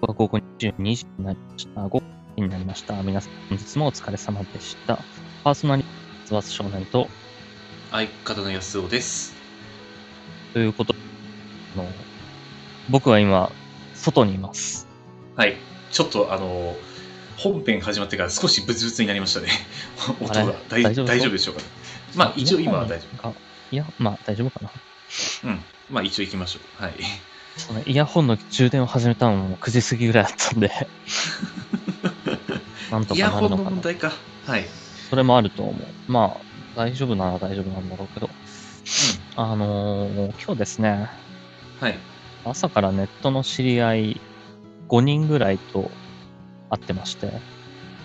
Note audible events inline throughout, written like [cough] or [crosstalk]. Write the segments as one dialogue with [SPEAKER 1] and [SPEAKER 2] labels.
[SPEAKER 1] 午後22時になりました。午後2時になりました。皆さん、本日もお疲れ様でした。パーソナリティは湘南と、
[SPEAKER 2] 相方の安尾です。
[SPEAKER 1] ということであの、僕は今、外にいます。
[SPEAKER 2] はい。ちょっとあのー本編始まってから少しブツブツになりましたね。 [laughs] 音
[SPEAKER 1] あ
[SPEAKER 2] が
[SPEAKER 1] れ
[SPEAKER 2] 大
[SPEAKER 1] 大
[SPEAKER 2] 大
[SPEAKER 1] 丈
[SPEAKER 2] 丈
[SPEAKER 1] 夫
[SPEAKER 2] 夫でしょうか。まあ一応今は大丈
[SPEAKER 1] 夫か。いや、まあ大丈夫かな。
[SPEAKER 2] うん。まあ一応行きましょ
[SPEAKER 1] [laughs]
[SPEAKER 2] う。はい。
[SPEAKER 1] そのイヤホンの充電を始めたのも9時過ぎぐらいだったんで、 [laughs] なんと
[SPEAKER 2] イ
[SPEAKER 1] か
[SPEAKER 2] ヤ
[SPEAKER 1] なる
[SPEAKER 2] ホンの
[SPEAKER 1] のか
[SPEAKER 2] 問
[SPEAKER 1] な。
[SPEAKER 2] 題か。はい。うん
[SPEAKER 1] それもあると思う。まあ、大丈夫なら大丈夫なんだろうけど、あのー今日ですね、
[SPEAKER 2] はい。
[SPEAKER 1] 朝からネットの知り合い5人ぐらいと会ってまして、
[SPEAKER 2] ほう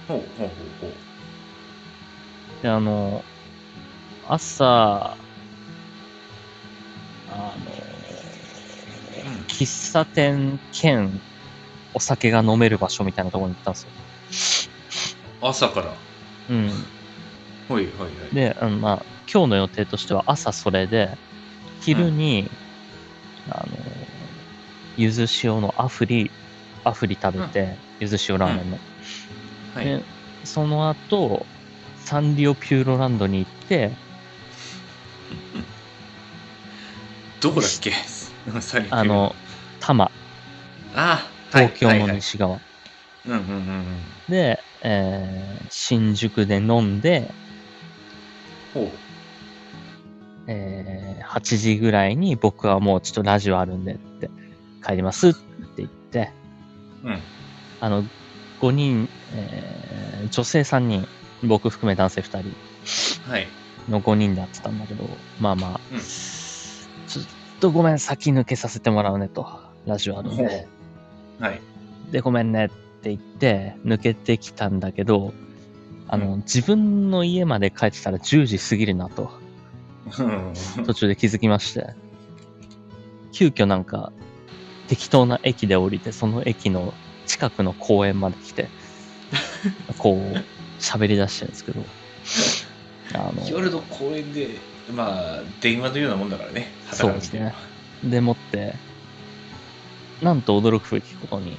[SPEAKER 2] ほうほうほう。
[SPEAKER 1] で、あの、朝、あの、
[SPEAKER 2] うん
[SPEAKER 1] 喫茶店兼お酒が飲める場所みたいなところに行ったんですよ。
[SPEAKER 2] 朝から。
[SPEAKER 1] うん。
[SPEAKER 2] はいはいはい。
[SPEAKER 1] で、あのまあ、今日の予定としては朝それで、昼に、あの、ゆず塩のアフリ、アフリ食べて、ゆず塩ラーメンの。
[SPEAKER 2] はい。
[SPEAKER 1] でその後サンリオピューロランドに行って
[SPEAKER 2] どこだっけ [laughs] サリン
[SPEAKER 1] あの多摩
[SPEAKER 2] あーはい
[SPEAKER 1] 東京
[SPEAKER 2] はい
[SPEAKER 1] の
[SPEAKER 2] はい
[SPEAKER 1] 西側、
[SPEAKER 2] うんうんうんうん。
[SPEAKER 1] で、えー新宿で飲んで、
[SPEAKER 2] ほう。
[SPEAKER 1] えー8時ぐらいに僕はもうちょっとラジオあるんでって帰りますって言って
[SPEAKER 2] うん。
[SPEAKER 1] あの5人、えー女性3人僕含め男性2人
[SPEAKER 2] はい。
[SPEAKER 1] の5人で会ってたんだけどまあまあ、
[SPEAKER 2] うん
[SPEAKER 1] ちょっとごめん先抜けさせてもらうねとラジオあるん
[SPEAKER 2] ほ
[SPEAKER 1] で。
[SPEAKER 2] う。はい。
[SPEAKER 1] で、ごめんねって言って、抜けてきたんだけど、あの、
[SPEAKER 2] う
[SPEAKER 1] 自分の家まで帰ってたら10時過ぎるなと、
[SPEAKER 2] うん。
[SPEAKER 1] 途中で気づきまして、急遽なんか、適当な駅で降りて、その駅の近くの公園まで来て、
[SPEAKER 2] [laughs]
[SPEAKER 1] こう、喋り出してるんですけど、あの、
[SPEAKER 2] [laughs] 夜の公園で、まあ、電話のようなもんだからね、旗から見て
[SPEAKER 1] そうですねでもって、なんと驚くべきことに、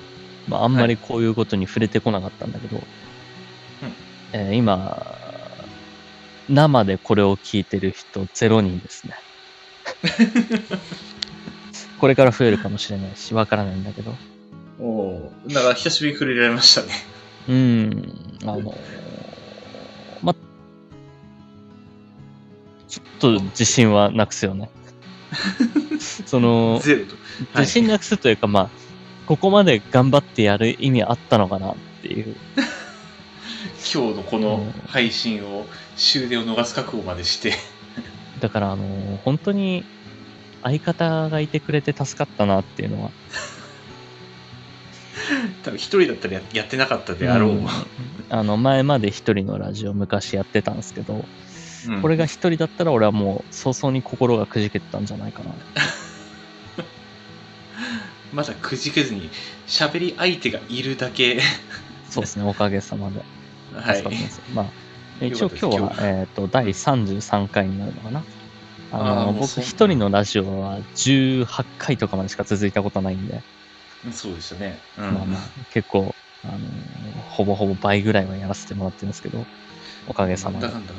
[SPEAKER 1] まあ、あんまりこういうことに触れてこなかったんだけど、えー今、生でこれを聞いてる人0人ですね。これから増えるかもしれないし、わからないんだけど。
[SPEAKER 2] おおー、なんか久しぶりに触れられましたね。
[SPEAKER 1] うん、あのー、ま、ちょっと自信はなくすよね。その、
[SPEAKER 2] ゼロと。はい
[SPEAKER 1] 自信なくすというか、まあ、ここまで頑張ってやる意味あったのかなっていう。
[SPEAKER 2] 今日のこ
[SPEAKER 1] う
[SPEAKER 2] の
[SPEAKER 1] ん
[SPEAKER 2] 配信を、終電を逃す覚悟までして。 [laughs]
[SPEAKER 1] だから、あのー本当に相方がいてくれて助かったなっていうのは。
[SPEAKER 2] 多分一人だったらややってなかったであろう。
[SPEAKER 1] んあの、前まで一人のラジオ昔やってたんですけど、これ
[SPEAKER 2] が。
[SPEAKER 1] が一人だったら俺はもう早々に心がくじけてたんじゃないかな。
[SPEAKER 2] まだくじけずに、喋り相手がいるだ
[SPEAKER 1] [laughs]
[SPEAKER 2] け。
[SPEAKER 1] そうですね、おかげさまで。
[SPEAKER 2] は
[SPEAKER 1] 助かったんで
[SPEAKER 2] い。
[SPEAKER 1] すよまあ、一応今日
[SPEAKER 2] よ
[SPEAKER 1] は
[SPEAKER 2] かっ、た
[SPEAKER 1] えっ、と、第33回になるのかな。あの
[SPEAKER 2] あーもう
[SPEAKER 1] 僕
[SPEAKER 2] そんな
[SPEAKER 1] 一人のラジオは18回とかまでしか続いたことないんで、
[SPEAKER 2] そうでしたね。うん。
[SPEAKER 1] まあまあ、結構、あのーほぼほぼ倍ぐらいはやらせてもらってるんですけど、おかげさ
[SPEAKER 2] な
[SPEAKER 1] ま
[SPEAKER 2] ん
[SPEAKER 1] で
[SPEAKER 2] だ。かんだ。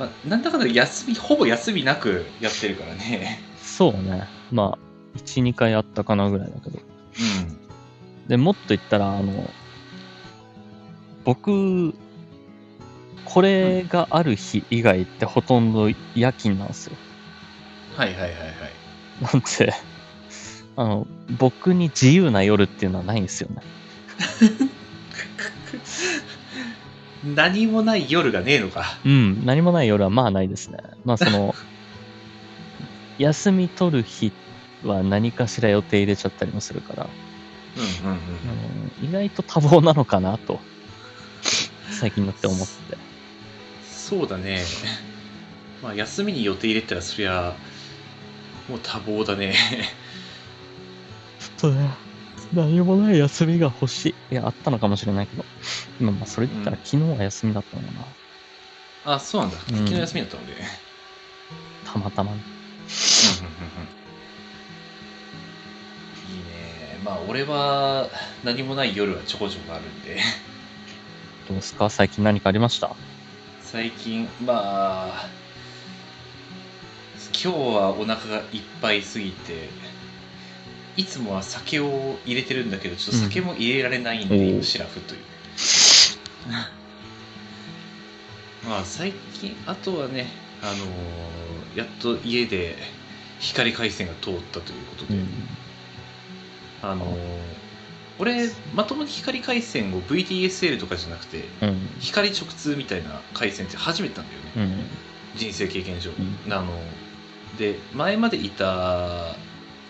[SPEAKER 2] まあ、なんだかんだ休み、ほぼ休みなくやってるからね。
[SPEAKER 1] そうね。まあ、1、2回あったかなぐらいだけど。
[SPEAKER 2] うん。
[SPEAKER 1] で、もっと言ったら、あの、僕、これがある日以外ってほとんど夜勤なんですよ。
[SPEAKER 2] はいはいはいはい。
[SPEAKER 1] なんて、あの、僕に自由な夜っていうのはないんですよね。
[SPEAKER 2] 何もない夜がねえのか。
[SPEAKER 1] うん、何もない夜はまあないですね。まあそ [laughs] の、休み取る日は何かしら予定入れちゃったりもするから、
[SPEAKER 2] うんうん
[SPEAKER 1] あの意外と多忙なのかなと、最近になって思って。
[SPEAKER 2] そうだね。 [laughs] まあ、休みに予定入れたら、そりゃ、もう多忙だね。
[SPEAKER 1] ちょっとね、何もない休みが欲しい。いや、あったのかもしれないけど、今まあそれで言ったら
[SPEAKER 2] うん
[SPEAKER 1] 昨日は休みだったのかな。
[SPEAKER 2] [laughs] あ、そうなんだ。
[SPEAKER 1] うん
[SPEAKER 2] 昨日休みだったので。うんうん
[SPEAKER 1] たまたまに。
[SPEAKER 2] うんうんいいね。まあ俺は何もない夜はちょこちょこあるんで
[SPEAKER 1] どうですか最近何かありました
[SPEAKER 2] 最近まあ今日はお腹がいっぱいすぎていつもは酒を入れてるんだけどちょっと酒も入れられないんで、
[SPEAKER 1] うん
[SPEAKER 2] 今シラフという [laughs] まあ最近あとはねあのーやっと家で光回線が通ったということで、あのー俺まともに光回線を VDSL とかじゃなくて
[SPEAKER 1] うん
[SPEAKER 2] 光直通みたいな回線って初めてなんだよね、
[SPEAKER 1] うん
[SPEAKER 2] 人生経験上、
[SPEAKER 1] う
[SPEAKER 2] あので前までいた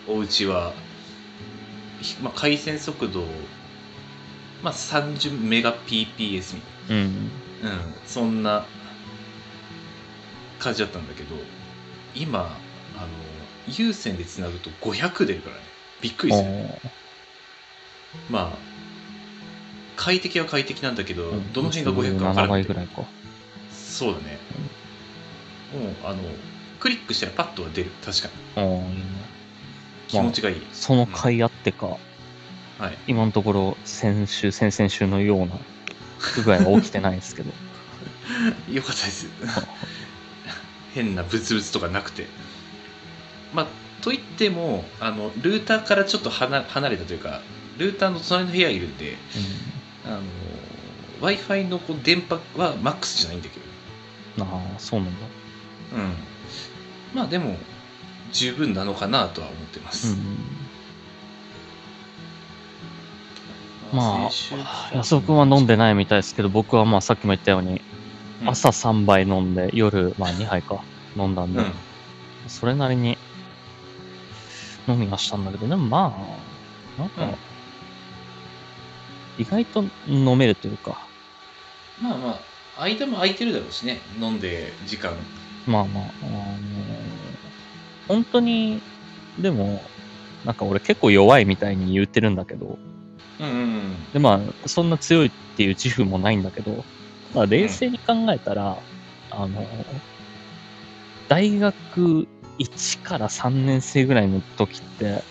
[SPEAKER 2] お家は、ひまあ、回線速度、まあ、30メガ PPS み
[SPEAKER 1] うん
[SPEAKER 2] たいな、うん、そんな感じだったんだけど今あの有線でつなぐと500出るからねびっくりするまあ快適は快適なんだけど、
[SPEAKER 1] うん
[SPEAKER 2] どの辺が500か分から
[SPEAKER 1] 7
[SPEAKER 2] な
[SPEAKER 1] 倍
[SPEAKER 2] い
[SPEAKER 1] ぐらいか
[SPEAKER 2] そうだね、もうあのクリックしたらパッとは出る確かに
[SPEAKER 1] ああいいね
[SPEAKER 2] 気持ちがいい、
[SPEAKER 1] その甲斐あってか、
[SPEAKER 2] はい
[SPEAKER 1] 今のところ先週先々週のような不具合は起きてないですけど
[SPEAKER 2] [laughs] よかったです変なブツブツとかなくてまあといってもあのルーターからちょっと離離れたというかルーターの隣の部屋いるんであの w i f i のこう電波はマックスじゃないんだけど
[SPEAKER 1] うんああそうなんだ
[SPEAKER 2] うんまあでも十分なのかなとは思ってます、
[SPEAKER 1] うんま
[SPEAKER 2] 先週
[SPEAKER 1] あ安尾君は飲んでないみたいですけど僕はまあさっきも言ったように
[SPEAKER 2] うん
[SPEAKER 1] 朝3杯飲んで夜まあ2杯か飲んだんで、
[SPEAKER 2] うん
[SPEAKER 1] それなりに飲みはしたんだけど、でもまあ、なんか、
[SPEAKER 2] うん
[SPEAKER 1] 意外と飲めるというか、
[SPEAKER 2] まあまあ間も空いてるだろうしね飲んで時間
[SPEAKER 1] まあまあ、あの本当に、でも、なんか俺結構弱いみたいに言ってるんだけど、
[SPEAKER 2] うんうん
[SPEAKER 1] でまあ、そんな強いっていう自負もないんだけど、まあ、冷静に考えたら、あの、大学1から3年生ぐらいの時って、
[SPEAKER 2] うん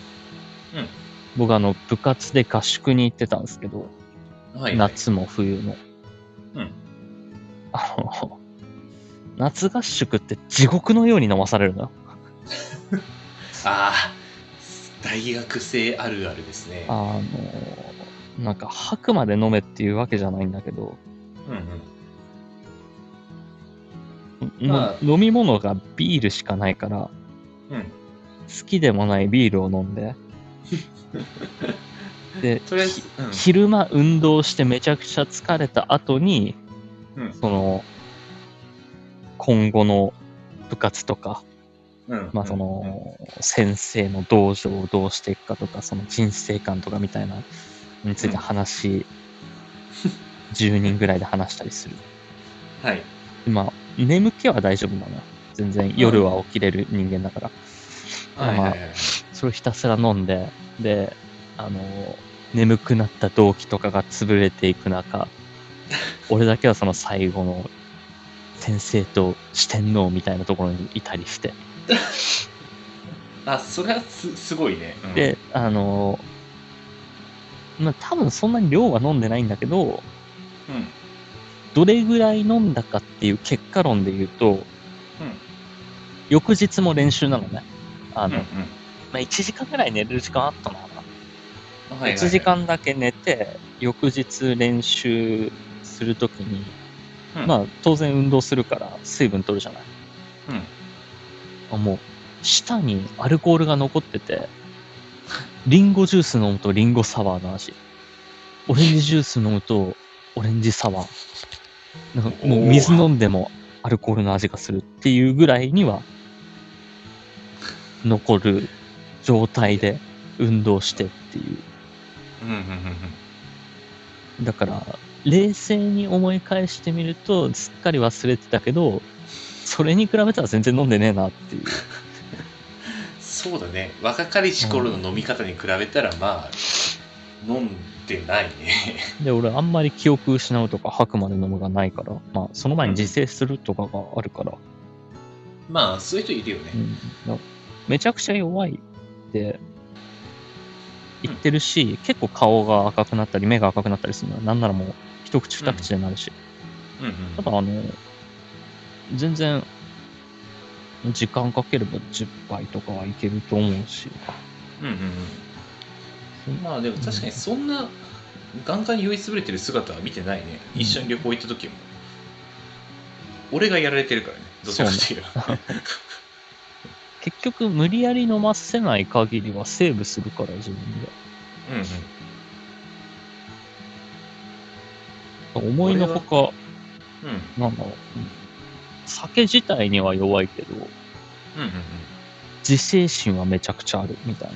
[SPEAKER 1] 僕あの、部活で合宿に行ってたんですけど、
[SPEAKER 2] うんはい、はい、
[SPEAKER 1] 夏も冬も。
[SPEAKER 2] うん
[SPEAKER 1] あの、夏合宿って地獄のように飲まされるのよ。
[SPEAKER 2] ああ大学生あるあるですね
[SPEAKER 1] あの、なんか吐くまで飲めっていうわけじゃないんだけど、
[SPEAKER 2] うんうん
[SPEAKER 1] の
[SPEAKER 2] まあ
[SPEAKER 1] 飲み物がビールしかないから、
[SPEAKER 2] うん
[SPEAKER 1] 好きでもないビールを飲ん
[SPEAKER 2] [laughs]
[SPEAKER 1] でで
[SPEAKER 2] とりあえず、うん
[SPEAKER 1] 昼間運動してめちゃくちゃ疲れた後に、
[SPEAKER 2] うん
[SPEAKER 1] その今後の部活とか、
[SPEAKER 2] うん
[SPEAKER 1] まあ、その先生の道場をどうしていくかとかその人生観とかみたいなのについて
[SPEAKER 2] [laughs]
[SPEAKER 1] 話、10人ぐらいで話したりする
[SPEAKER 2] うんはい
[SPEAKER 1] まあ眠気は大丈夫なのよ全然夜は起きれる人間だから、
[SPEAKER 2] はいはいはい
[SPEAKER 1] それをひたすら飲んで、で、あの、眠くなった動機とかが潰れていく
[SPEAKER 2] [laughs]
[SPEAKER 1] 中、俺だけはその最後の先生と四天王みたいなところにいたりして、
[SPEAKER 2] あそれはすすごいね、うん、
[SPEAKER 1] で、あの、まあ多分そんなに量は飲んでないんだけど、
[SPEAKER 2] うんうん
[SPEAKER 1] どれぐらい飲んだかっていう結果論で言うと、翌日も練習なのね。あ
[SPEAKER 2] うん
[SPEAKER 1] の、まあ、1時間ぐらい寝れる時間あったのかな。
[SPEAKER 2] うんはいはいはい
[SPEAKER 1] 1時間だけ寝て翌日練習するときに、
[SPEAKER 2] うん
[SPEAKER 1] まあ当然運動するから水分取るじゃない
[SPEAKER 2] うん
[SPEAKER 1] あもう舌にアルコールが残っててリンゴジュース飲むとリンゴサワーの味オレンジジュース飲むとオレンジサワーなんかもう
[SPEAKER 2] おー
[SPEAKER 1] 水飲んでもアルコールの味がするっていうぐらいには残る状態で運動してっていう
[SPEAKER 2] うんうんうん
[SPEAKER 1] だから冷静に思い返してみるとすっかり忘れてたけどそれに比べたら全然飲んでねえなっていう
[SPEAKER 2] そうだね若かりし頃の飲み方に比べたらまあ飲んでないね [laughs]
[SPEAKER 1] で俺あんまり記憶失うとか吐くまで飲むがないからまあその前に自制するとかがあるから、
[SPEAKER 2] まあそういう人いるよね
[SPEAKER 1] うんだめちゃくちゃ弱いっていってるし、結構顔が赤くなったり目が赤くなったりするのはなんならもう一口二口でなるし、
[SPEAKER 2] うんうん
[SPEAKER 1] ただあの全然時間かければ10杯とかはいけると思うし
[SPEAKER 2] うんうん
[SPEAKER 1] そ
[SPEAKER 2] うん
[SPEAKER 1] んな
[SPEAKER 2] まあでも確かにそんなガンガンに酔いつぶれてる姿は見てないね一緒に旅行行った時も俺がやられてるからねどっちかっていうと
[SPEAKER 1] 結局無理やり飲ませない限りはセーブするから自分で
[SPEAKER 2] [laughs] うんうん
[SPEAKER 1] 思いのほか
[SPEAKER 2] うん
[SPEAKER 1] なんだろう酒自体には弱いけど
[SPEAKER 2] うんうんうん
[SPEAKER 1] 自制心はめちゃくちゃあるみたいな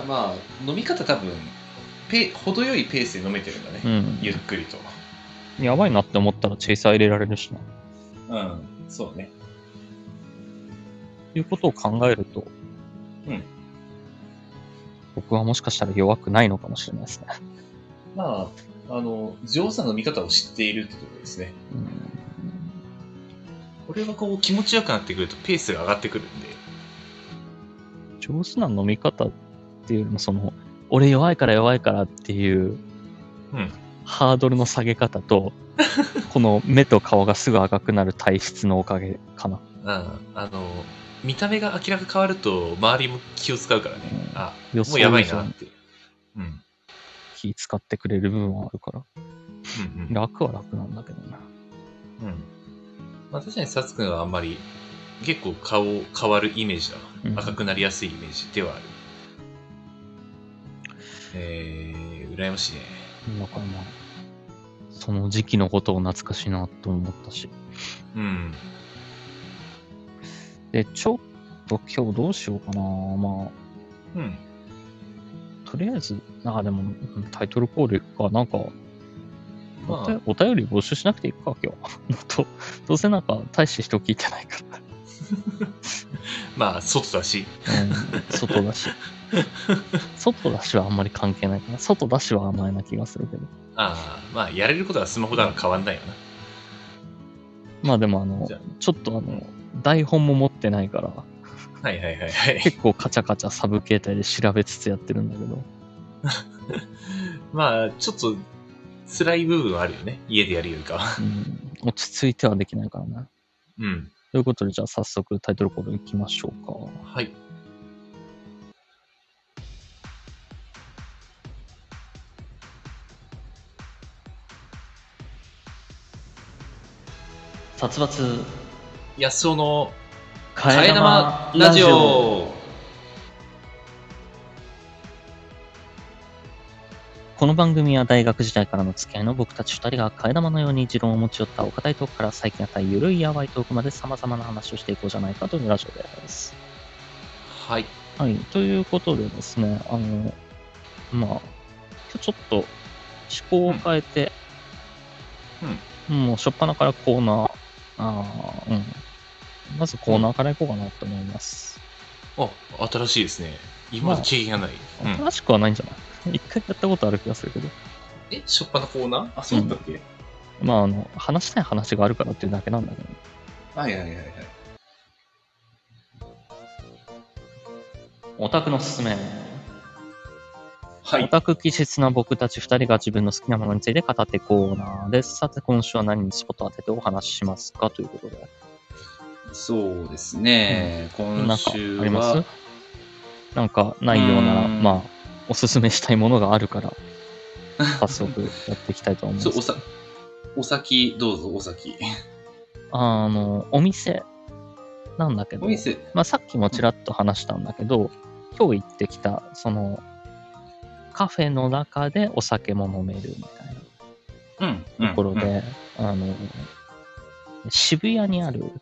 [SPEAKER 2] まあまあ飲み方多分ペ程よいペースで飲めてるんだね、
[SPEAKER 1] うん
[SPEAKER 2] ゆっくりと
[SPEAKER 1] やばいなって思ったらチェイサー入れられるしな
[SPEAKER 2] うんそうね
[SPEAKER 1] いうことを考えると、
[SPEAKER 2] うん
[SPEAKER 1] 僕はもしかしたら弱くないのかもしれないですね。
[SPEAKER 2] まああの上手な飲み方を知っているってところですね
[SPEAKER 1] うん
[SPEAKER 2] これはこう気持ちよくなってくるとペースが上がってくるんで
[SPEAKER 1] 上手な飲み方っていうよりも、その、俺弱いから弱いからっていう、
[SPEAKER 2] うん
[SPEAKER 1] ハードルの下げ方と、この目と顔がすぐ赤くなる体質のおかげかな。
[SPEAKER 2] うんあの見た目が明らか変わると周りも気を使うからね、
[SPEAKER 1] うん
[SPEAKER 2] あ
[SPEAKER 1] 予
[SPEAKER 2] も
[SPEAKER 1] 想
[SPEAKER 2] う
[SPEAKER 1] 以
[SPEAKER 2] やばい
[SPEAKER 1] 上
[SPEAKER 2] なっ
[SPEAKER 1] に
[SPEAKER 2] ていう、うんうん
[SPEAKER 1] 気使ってくれる部分はあるから、
[SPEAKER 2] うん
[SPEAKER 1] 楽は楽なんだけどな。
[SPEAKER 2] うんまあ、確かにサツくんはあんまり結構顔変わるイメージだわ、
[SPEAKER 1] うん
[SPEAKER 2] 赤くなりやすいイメージではあるえー、羨ましいね
[SPEAKER 1] だからまあ、その時期のことを懐かしいなと思ったし。
[SPEAKER 2] うん
[SPEAKER 1] で、ちょっと今日どうしようかな。ま
[SPEAKER 2] うん
[SPEAKER 1] あ、とりあえず、あ、でも、うんタイトルコールいくか、なんか、お
[SPEAKER 2] まあ
[SPEAKER 1] 便お便り募集しなくていくか、今日。 [laughs] とどうせなんか、大して人聞いてないか
[SPEAKER 2] まあ外だし
[SPEAKER 1] ら。うん、外だ
[SPEAKER 2] [laughs]
[SPEAKER 1] し。外だしはあんまり関係ないかな。外だしは甘えな気がするけど。
[SPEAKER 2] ああまあやれることはスマホだから変わんないよな
[SPEAKER 1] まあでも、あの
[SPEAKER 2] じゃあ、
[SPEAKER 1] ちょっとあの、台本も持ってないから、
[SPEAKER 2] はいはいはいはい [laughs]
[SPEAKER 1] 結構カチャカチャサブ携帯で調べつつやってるんだけど。
[SPEAKER 2] まあ、ちょっと辛い部分はあるよね。家でやるよりかは。
[SPEAKER 1] うん、落ち着いてはできないからな。
[SPEAKER 2] うん。
[SPEAKER 1] ということで、じゃあ早速タイトルコールいきましょうか。
[SPEAKER 2] はい。
[SPEAKER 1] 殺伐
[SPEAKER 2] 安尾の
[SPEAKER 1] 替
[SPEAKER 2] 替え玉ラジオ。
[SPEAKER 1] この番組は大学時代からの付き合いの僕たち2人が替え玉のように持論を持ち寄ったお堅いトークから最近あったゆるいやばいトークまで様々な話をしていこうじゃないかというラジオです。
[SPEAKER 2] はい。
[SPEAKER 1] はい、ということでですね、あの、まあ、今日ちょっと思考を変えて、もう初っ端からコーナー、あーうん、まずコーナーからいこうかなと思います。
[SPEAKER 2] あ、新しいですね。今まで経験がない。うん
[SPEAKER 1] 新しくはないんじゃない一回やったことある気がするけど、
[SPEAKER 2] え、しょっぱなコーナーあ、そうだっけ、
[SPEAKER 1] まあ、あの、話したい話があるからっていうだけなんだけど、
[SPEAKER 2] はいはいはいはい。
[SPEAKER 1] オタクのすすめ。
[SPEAKER 2] は
[SPEAKER 1] オ。タク気質な僕たち2人が自分の好きなものについて語ってコーナーです。さて、今週は何にスポットを当ててお話ししますかということで。
[SPEAKER 2] そうですね。
[SPEAKER 1] な
[SPEAKER 2] 今
[SPEAKER 1] んかあ
[SPEAKER 2] 週
[SPEAKER 1] りま
[SPEAKER 2] は
[SPEAKER 1] す、なんかないようなら、
[SPEAKER 2] うーん
[SPEAKER 1] まあ、おすすめしたいものがある
[SPEAKER 2] [laughs]
[SPEAKER 1] から、早速やっていきたいと思います。
[SPEAKER 2] そう、おさ、お先、どうぞ、お先。
[SPEAKER 1] あの、お店なんだけど
[SPEAKER 2] お、店。
[SPEAKER 1] まあ、さっきもちらっと話したんだけど、今日行ってきた、その、カフェの中でお酒も飲めるみたいな。
[SPEAKER 2] うん。
[SPEAKER 1] ところ
[SPEAKER 2] うん。
[SPEAKER 1] で、あの、渋谷にある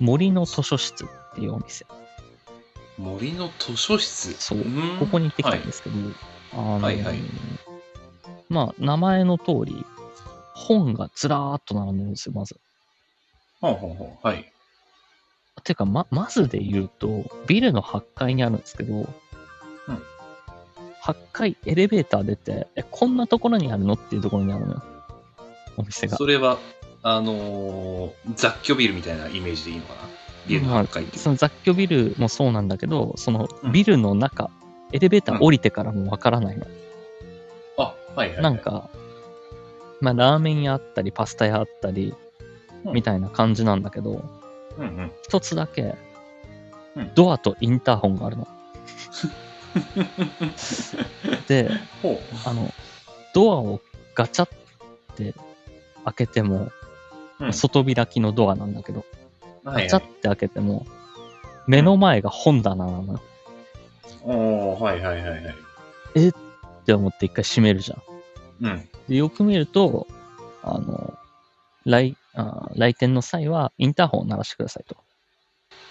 [SPEAKER 1] 森の図書室っていうお店、
[SPEAKER 2] 森の図書室。
[SPEAKER 1] そうんここに行ってきた
[SPEAKER 2] はい
[SPEAKER 1] んですけど、あの、
[SPEAKER 2] はいはい
[SPEAKER 1] まあ、名前の通り、本がずらーっと並んでるんですよ、まず。
[SPEAKER 2] ほうほうほう。はい。
[SPEAKER 1] てか、ま、まずで言うと、ビルの8階にあるんですけど、8階エレベーター出て、え、こんなところにあるのっていうところにあるのよ。お店が。
[SPEAKER 2] それは、あのー雑居ビルみたいなイメージでいいのかなビルの8階っていう、
[SPEAKER 1] その雑居ビルもそうなんだけど、そのビルの中、エレベーター降りてからもわからないの。
[SPEAKER 2] あはいはいはい
[SPEAKER 1] なんか、まあ、ラーメン屋あったり、パスタ屋あったり、
[SPEAKER 2] うん
[SPEAKER 1] みたいな感じなんだけど、
[SPEAKER 2] うんうん [laughs]
[SPEAKER 1] 一つだけ
[SPEAKER 2] うん、
[SPEAKER 1] ドアとインターホンがあるの。で、
[SPEAKER 2] [laughs] ほ
[SPEAKER 1] あの、ドアをガチャって開けても、
[SPEAKER 2] う、うん
[SPEAKER 1] 外開きのドアなんだけど、
[SPEAKER 2] はい
[SPEAKER 1] ガチャ
[SPEAKER 2] は
[SPEAKER 1] っ
[SPEAKER 2] い
[SPEAKER 1] て開けても、目の前が本棚なのよ
[SPEAKER 2] おーはいはいはいはい
[SPEAKER 1] って思って一回閉めるじゃん。
[SPEAKER 2] うん
[SPEAKER 1] でよく見ると、あの、来、あ来店の際はインターホンを鳴らしてくださいと。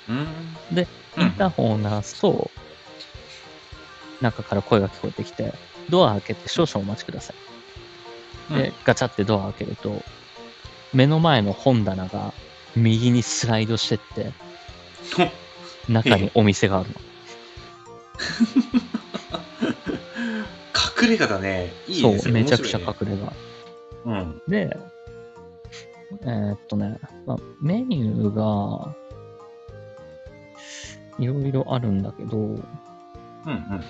[SPEAKER 2] うん
[SPEAKER 1] で
[SPEAKER 2] うん
[SPEAKER 1] インターホンを鳴らすと、中から声が聞こえてきて、ドア開けて少々お待ちください。で、ガチャってドア開けると、目の前の本棚が右にスライドしてって、
[SPEAKER 2] ほっ
[SPEAKER 1] 中にお店があるの。
[SPEAKER 2] 隠れ家だねいいね
[SPEAKER 1] そ、
[SPEAKER 2] そうれ
[SPEAKER 1] め
[SPEAKER 2] 面
[SPEAKER 1] ちゃ
[SPEAKER 2] 白い
[SPEAKER 1] くちゃ隠れが。
[SPEAKER 2] れ家うん
[SPEAKER 1] で、えーっとね、まあ、メニューが、いろいろあるんだけど、う
[SPEAKER 2] うんうん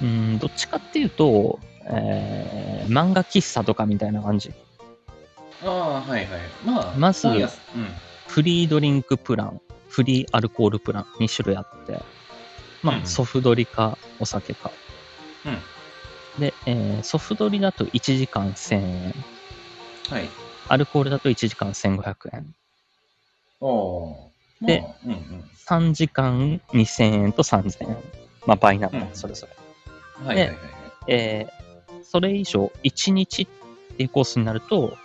[SPEAKER 1] ーん、どっちかっていうと、えー漫画喫茶とかみたいな感じ。
[SPEAKER 2] ああはいはいまあ
[SPEAKER 1] まず
[SPEAKER 2] 本屋さんうん
[SPEAKER 1] フリードリンクプラン、フリーアルコールプラン、2種類あって、
[SPEAKER 2] うん
[SPEAKER 1] ま
[SPEAKER 2] う
[SPEAKER 1] あ、
[SPEAKER 2] ん
[SPEAKER 1] ソフドリかお酒か。
[SPEAKER 2] うん
[SPEAKER 1] で、えーソフドリだと1時間1000円、
[SPEAKER 2] はい
[SPEAKER 1] アルコールだと1時間1500円、
[SPEAKER 2] おーまあ
[SPEAKER 1] で
[SPEAKER 2] うんうん
[SPEAKER 1] 3時間2000円と3000円。まあ、倍なのね
[SPEAKER 2] うん
[SPEAKER 1] それぞれ。
[SPEAKER 2] はいはいはいはい
[SPEAKER 1] えーそれ以上、1日っていうコースになると、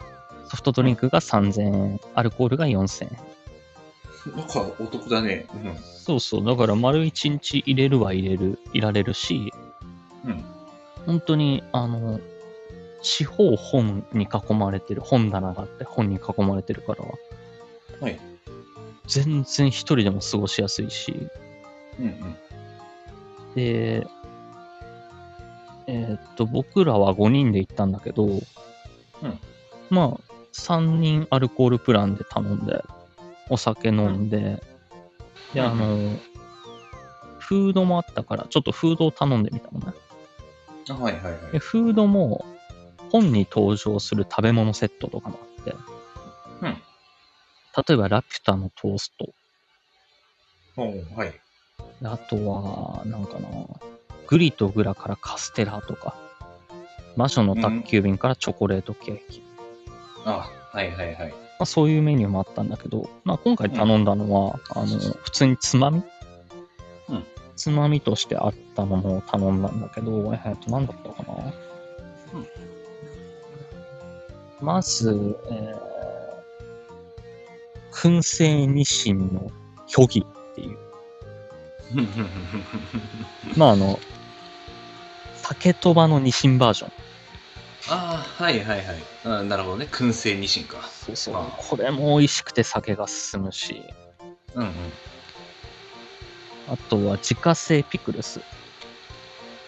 [SPEAKER 1] ソフトドリンクが3000円、アルコールが4000円。
[SPEAKER 2] なんかお得だねうん
[SPEAKER 1] そうそう、だから丸1日入れるは入れる、いられるし、
[SPEAKER 2] うん
[SPEAKER 1] 本当に、あの、四方本に囲まれてる、本棚があって本に囲まれてるから、
[SPEAKER 2] はい
[SPEAKER 1] 全然一人でも過ごしやすいし、
[SPEAKER 2] うんうん
[SPEAKER 1] で、えーっと、僕らは5人で行ったんだけど、まあ、3人アルコールプランで頼んで、お酒飲んで、で、あの、フードもあったから、ちょっとフードを頼んでみたのね。
[SPEAKER 2] あはいはいはい
[SPEAKER 1] で、フードも、本に登場する食べ物セットとかもあって、
[SPEAKER 2] うん
[SPEAKER 1] 例えば、ラピュタのトースト、
[SPEAKER 2] おーはい
[SPEAKER 1] あとは、なんかな、グリとグラからカステラとか、魔女の宅急便からチョコレートケーキ、
[SPEAKER 2] あはいは
[SPEAKER 1] [laughs]
[SPEAKER 2] いはい
[SPEAKER 1] まあ、そういうメニューもあったんだけど、まあ、今回頼んだのは、あの普通につまみ、
[SPEAKER 2] うん
[SPEAKER 1] つまみとしてあったものを頼んだんだけど、えっと、なんだったかな、まず、えー、燻製ニシンの虚偽っていう、まああの、酒とばのニシンバージョン。
[SPEAKER 2] ああはいはいはいあなるほどね燻製ニシンか
[SPEAKER 1] そう
[SPEAKER 2] そう
[SPEAKER 1] これも美味しくて酒が進むし、
[SPEAKER 2] うんうん
[SPEAKER 1] あとは自家製ピクルス。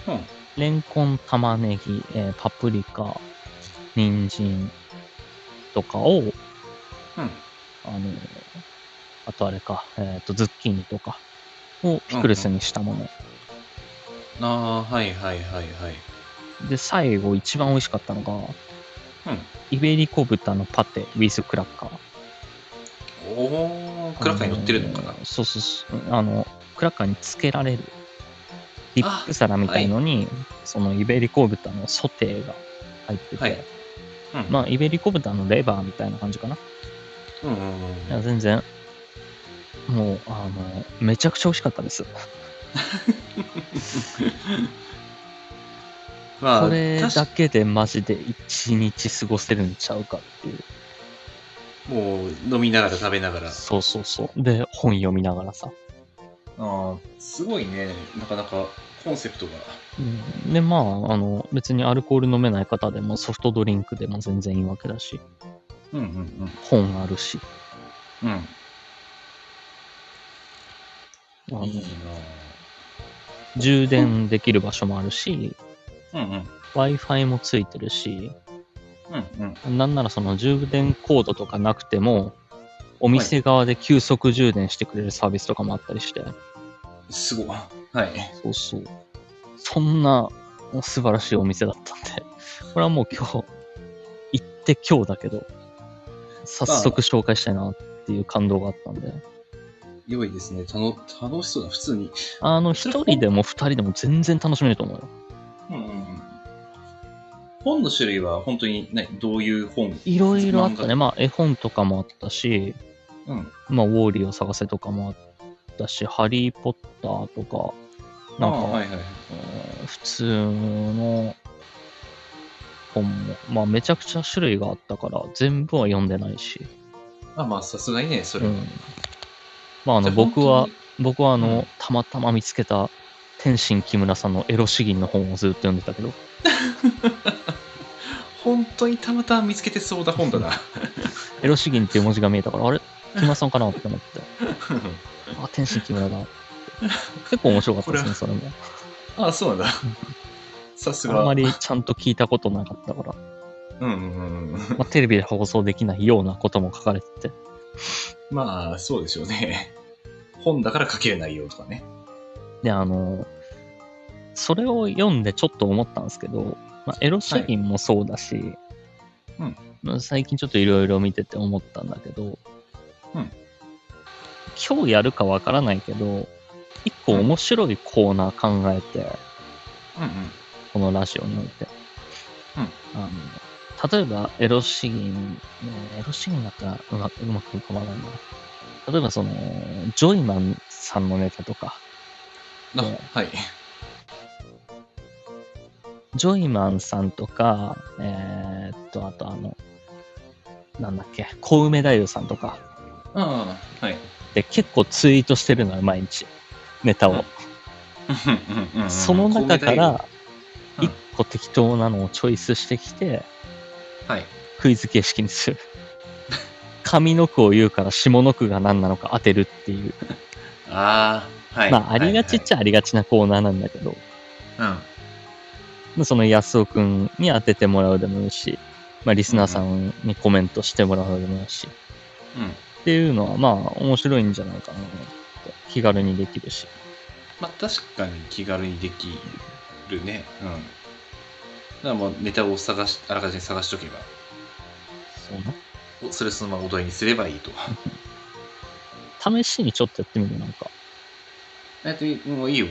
[SPEAKER 2] うん
[SPEAKER 1] レンコン、玉ねぎ、えーパプリカ、人参とかを、
[SPEAKER 2] うん
[SPEAKER 1] あの、あとあれか、えっ、と、ズッキーニとかをピクルスにしたもの。
[SPEAKER 2] ああはいはいはいはい
[SPEAKER 1] で、最後一番美味しかったのが、
[SPEAKER 2] うん
[SPEAKER 1] イベリコ豚のパテ、ウィズクラッカー。
[SPEAKER 2] おおクラッカーに乗ってるのかな、
[SPEAKER 1] あのそうそうそうあのクラッカーにつけられるディップ皿みたいのに、そのイベリコ豚のソテーが入ってて、
[SPEAKER 2] はいうん
[SPEAKER 1] まあイベリコ豚のレバーみたいな感じかな、
[SPEAKER 2] うんうんうん
[SPEAKER 1] いや全然もうあのめちゃくちゃ美味しかったです
[SPEAKER 2] まあ
[SPEAKER 1] これ
[SPEAKER 2] 確
[SPEAKER 1] だ
[SPEAKER 2] か
[SPEAKER 1] けでマジで一日過ごせるんちゃうかっていう
[SPEAKER 2] もう飲みながら食べながら
[SPEAKER 1] そうそうそうで本読みながらさ、
[SPEAKER 2] ああすごいねなかなかコンセプトが
[SPEAKER 1] うん、でまああの別にアルコール飲めない方でもソフトドリンクでも全然いいわけだし
[SPEAKER 2] うんうん
[SPEAKER 1] 本あるし
[SPEAKER 2] うんうん
[SPEAKER 1] あの
[SPEAKER 2] いい
[SPEAKER 1] 充電できる場所もあるし、
[SPEAKER 2] なうんうん
[SPEAKER 1] Wi-Fi もついてるし、
[SPEAKER 2] うんうん
[SPEAKER 1] なんならその充電コードとかなくても、お店側で急速充電してくれるサービスとかもあったりして、
[SPEAKER 2] すごい。はい。
[SPEAKER 1] そうそう。そんな素晴らしいお店だったんで、これはもう今日、行って今日だけど、早速紹介したいなっていう感動があったんで、
[SPEAKER 2] 良いですね。たの楽しそうだ、普通に。
[SPEAKER 1] あの、一人でも二人でも全然楽しめると思うよ。
[SPEAKER 2] うんうんうん。本の種類は本当に、ね、どういう本
[SPEAKER 1] いろいろあったね。。まあ、絵本とかもあったし、
[SPEAKER 2] うん。
[SPEAKER 1] まあ、ウォーリーを探せとかもあったし、ハリー・ポッターとか、なんか、
[SPEAKER 2] ああはいはい。
[SPEAKER 1] うん普通の本も、まあ、めちゃくちゃ種類があったから、全部は読んでないし、
[SPEAKER 2] まあまあ、さすがにね、そうれは。
[SPEAKER 1] ん。まあ、あの、僕は、僕は、あの、たまたま見つけた、天心木村さんのエロ詩吟の本をずっと読んでたけど、
[SPEAKER 2] 本当にたまたま見つけてそうだ本だな。
[SPEAKER 1] エロ詩吟っていう文字が見えたから、あれ木村さんかなって思って、あ、天心木村だ。結構面白かったですね、それも。
[SPEAKER 2] [laughs] ああ、そうなんだ。さすが。
[SPEAKER 1] あんまりちゃんと聞いたことなかったから、
[SPEAKER 2] うんうんうん。
[SPEAKER 1] まあ、テレビで放送できないようなことも書かれてて、
[SPEAKER 2] まあ、そうでしょうね。本だから書ける内容とかね。
[SPEAKER 1] で、あの、それを読んでちょっと思ったんですけど、まあ、エロ詩吟もそうだし、
[SPEAKER 2] うん
[SPEAKER 1] まあ最近ちょっといろいろ見てて思ったんだけど、
[SPEAKER 2] うん
[SPEAKER 1] 今日やるかわからないけど、一個面白いコーナー考えて、
[SPEAKER 2] うんうん。
[SPEAKER 1] このラジオにおいて。あの例えば、エロシーン、ねエロシーンだったらうまうまく浮かばないな。例えば、その、ジョイマンさんのネタとか、
[SPEAKER 2] あ
[SPEAKER 1] ね
[SPEAKER 2] はい。
[SPEAKER 1] ジョイマンさんとか、えーっと、あとあの、なんだっけ、小梅太夫さんとか、
[SPEAKER 2] ああ、はい。
[SPEAKER 1] で結構ツイートしてるのよ、毎日、ネタを。
[SPEAKER 2] うんうんうん
[SPEAKER 1] その中か、
[SPEAKER 2] こ
[SPEAKER 1] ら、
[SPEAKER 2] うん
[SPEAKER 1] 一個適当なのをチョイスしてきて、
[SPEAKER 2] ういう内容はい。
[SPEAKER 1] クイズ形式にする。上の句を言うから下の句が何なのか当てるっていう。
[SPEAKER 2] ああ、はい。
[SPEAKER 1] まあ、ありがちっち
[SPEAKER 2] ゃ。
[SPEAKER 1] ゃありがちなコーナーなんだけど、
[SPEAKER 2] うん。
[SPEAKER 1] その安尾くんに当ててもらうでもいいし、まあ、リスナーさんにコメントしてもらうでもいいし、
[SPEAKER 2] う
[SPEAKER 1] っ
[SPEAKER 2] ん。
[SPEAKER 1] ていうのはまあ面白いんじゃないかなと思って。気軽にできるし。
[SPEAKER 2] まあ、確かに気軽にできるね。うん。だからもうネタを探し、あらかじめ探しとけば、
[SPEAKER 1] そうね
[SPEAKER 2] おそれそのままお題にすればいいと。
[SPEAKER 1] 試しにちょっとやってみるなんか。
[SPEAKER 2] えっと、もういいよ。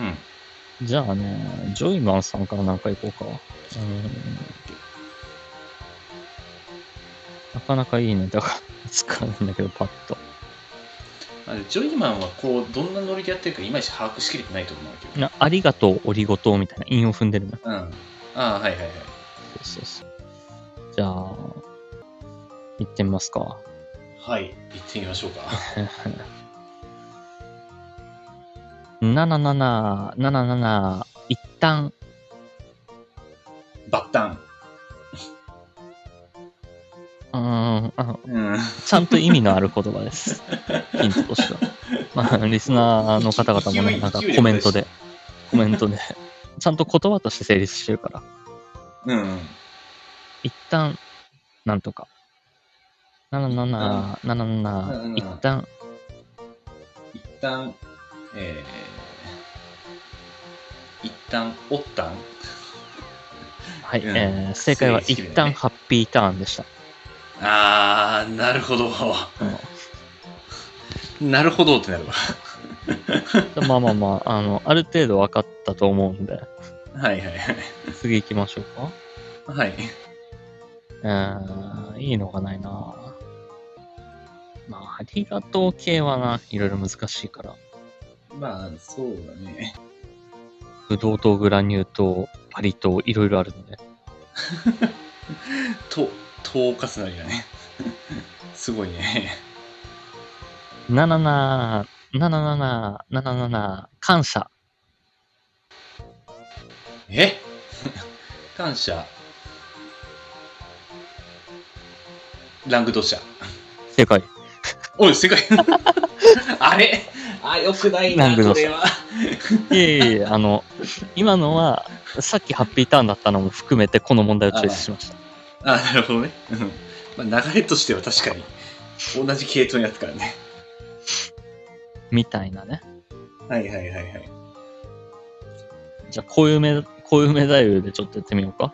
[SPEAKER 2] うん。
[SPEAKER 1] じゃあね、ジョイマンさんからなんか行こうか。うーんなかなかいいネタがつかないんだけど、パッと。
[SPEAKER 2] まあジョイマンはこう、どんなノリでやってるか、いまいち把握しきれてないと思うんだけど。
[SPEAKER 1] なありがとう、オリゴ糖みたいな韻を踏んでるのよ。
[SPEAKER 2] うん。ああ、はいはいはい。
[SPEAKER 1] そうそうそう。じゃあ、行ってみますか。 [laughs]
[SPEAKER 2] はい。行ってみましょうか。
[SPEAKER 1] なななな、なななな、一旦、
[SPEAKER 2] [laughs] バッタン。
[SPEAKER 1] うーん、あの
[SPEAKER 2] うん。
[SPEAKER 1] ちゃんと意味のある言葉 [laughs] です。ヒントとしては。まあ、リスナーの方々もね、なんかコメントで、コメントで、ちゃんと言葉として成立してるから、
[SPEAKER 2] うん。
[SPEAKER 1] 一旦、なんとか。なななな、ななな
[SPEAKER 2] うん
[SPEAKER 1] な、一旦、
[SPEAKER 2] 一旦、えー、一旦、おったん。
[SPEAKER 1] はい、
[SPEAKER 2] うん
[SPEAKER 1] えー正解は
[SPEAKER 2] 整理し
[SPEAKER 1] 一
[SPEAKER 2] きれないね
[SPEAKER 1] 旦ハッピーターンでした。
[SPEAKER 2] あー、なるほど。
[SPEAKER 1] う
[SPEAKER 2] なるほどってなるわ。
[SPEAKER 1] んまあまあまあ、あの、ある程度分かったと思うんで、
[SPEAKER 2] はいはいはい。
[SPEAKER 1] 次行きましょうか。
[SPEAKER 2] は
[SPEAKER 1] う
[SPEAKER 2] い。
[SPEAKER 1] ーん、いいのがないなまあ、ありがとう系はな、いろいろ難しいから。
[SPEAKER 2] まあ、そうだね。
[SPEAKER 1] ブドウ糖、グラニュー糖、パリ糖、いろいろあるんで。
[SPEAKER 2] と、統括なりだね。すごいね。
[SPEAKER 1] ななななななななななな感謝。
[SPEAKER 2] え [laughs] 感謝。ラングドシャ。
[SPEAKER 1] 正解。
[SPEAKER 2] おい、世界 [laughs] あれあ、よくない
[SPEAKER 1] ラ
[SPEAKER 2] な、
[SPEAKER 1] ングド
[SPEAKER 2] こ
[SPEAKER 1] シ
[SPEAKER 2] れ
[SPEAKER 1] ャ
[SPEAKER 2] は。
[SPEAKER 1] いえいえいえ、あの、今のは、さっきハッピーターンだったのも含めて、この問題をチョイスしました。
[SPEAKER 2] [laughs] あ、なるほどね。うんまあ、流れとしては確かに同じ系統のやつからね。
[SPEAKER 1] みたいなね。
[SPEAKER 2] はいはいはいはい。
[SPEAKER 1] じゃあ、こういうめ、こういうめ太夫でちょっとやってみようか。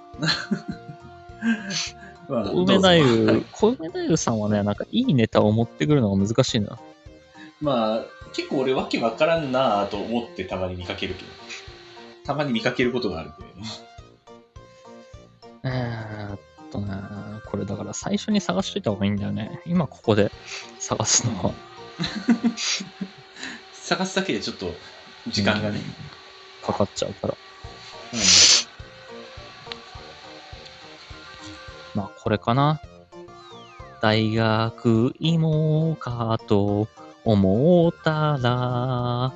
[SPEAKER 2] ま
[SPEAKER 1] こう
[SPEAKER 2] ど
[SPEAKER 1] いうめ
[SPEAKER 2] うぞ
[SPEAKER 1] 太
[SPEAKER 2] は
[SPEAKER 1] 夫
[SPEAKER 2] い、
[SPEAKER 1] こういうめ太夫さんはね、なんかいいネタを持ってくるのが難しいな。
[SPEAKER 2] まあ、結構俺わけわからんなぁと思ってたまに見かけるけど。たまに見かけることがあるんで。 [laughs]
[SPEAKER 1] えーっとね、これだから最初に探しといた方がいいんだよね。今ここで探すのは。
[SPEAKER 2] 探すだけでちょっと時間がね。
[SPEAKER 1] かかっちゃうから。
[SPEAKER 2] うん
[SPEAKER 1] まあ、これかな。大学芋かと思ったら、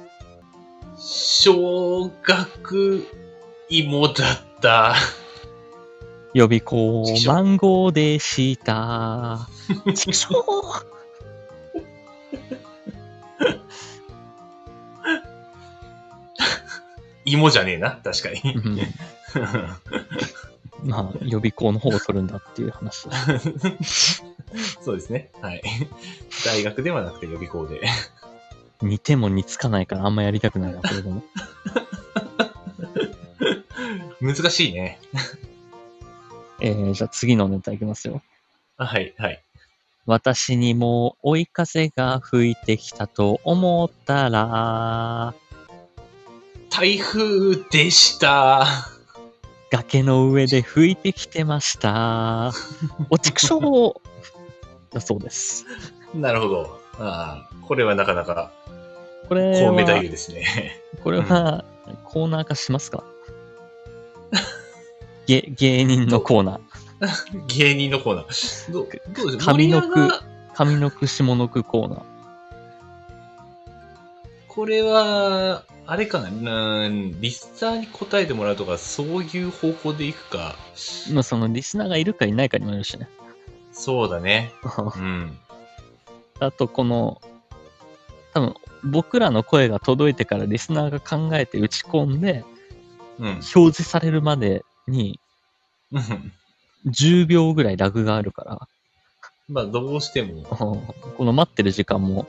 [SPEAKER 2] 小学芋だった。
[SPEAKER 1] 予備校
[SPEAKER 2] ちくしょう
[SPEAKER 1] マンゴーでした。ちくしょう
[SPEAKER 2] 芋じゃねえな、確かに。
[SPEAKER 1] うんまあ、予備校の方を取るんだっていう話。
[SPEAKER 2] [laughs] そうですね。はい。大学ではなくて予備校で。
[SPEAKER 1] 似ても似つかないからあんまやりたくないな、これでも。
[SPEAKER 2] 難しいね。
[SPEAKER 1] えー、じゃあ次のネタいきますよ。
[SPEAKER 2] はい、はい。
[SPEAKER 1] 私にも追い風が吹いてきたと思ったら、
[SPEAKER 2] 台風でした。
[SPEAKER 1] 崖の上で吹いてきてました。おちくしょうだそうです。
[SPEAKER 2] なるほど。ああ、これはなかなか、
[SPEAKER 1] これ
[SPEAKER 2] コウメ太夫
[SPEAKER 1] は、
[SPEAKER 2] ですね。
[SPEAKER 1] これはコーナー化しますか、げ芸人のコーナー。
[SPEAKER 2] 芸人のコーナー。どうどうでしょう
[SPEAKER 1] 上の句
[SPEAKER 2] 森永
[SPEAKER 1] 上の句下の句コーナー。
[SPEAKER 2] これは、あれかな、うーん、リスナーに答えてもらうとか、そういう方向でいくか。
[SPEAKER 1] まあそのリスナーがいるかいないかにもよるしね。
[SPEAKER 2] そうだね。うん。
[SPEAKER 1] あとこの、多分僕らの声が届いてからリスナーが考えて打ち込んで、
[SPEAKER 2] うん。
[SPEAKER 1] 表示されるまでに
[SPEAKER 2] うん [laughs]
[SPEAKER 1] 10秒ぐらいラグがあるから、
[SPEAKER 2] まあ、どうしても。
[SPEAKER 1] うんこの待ってる時間も、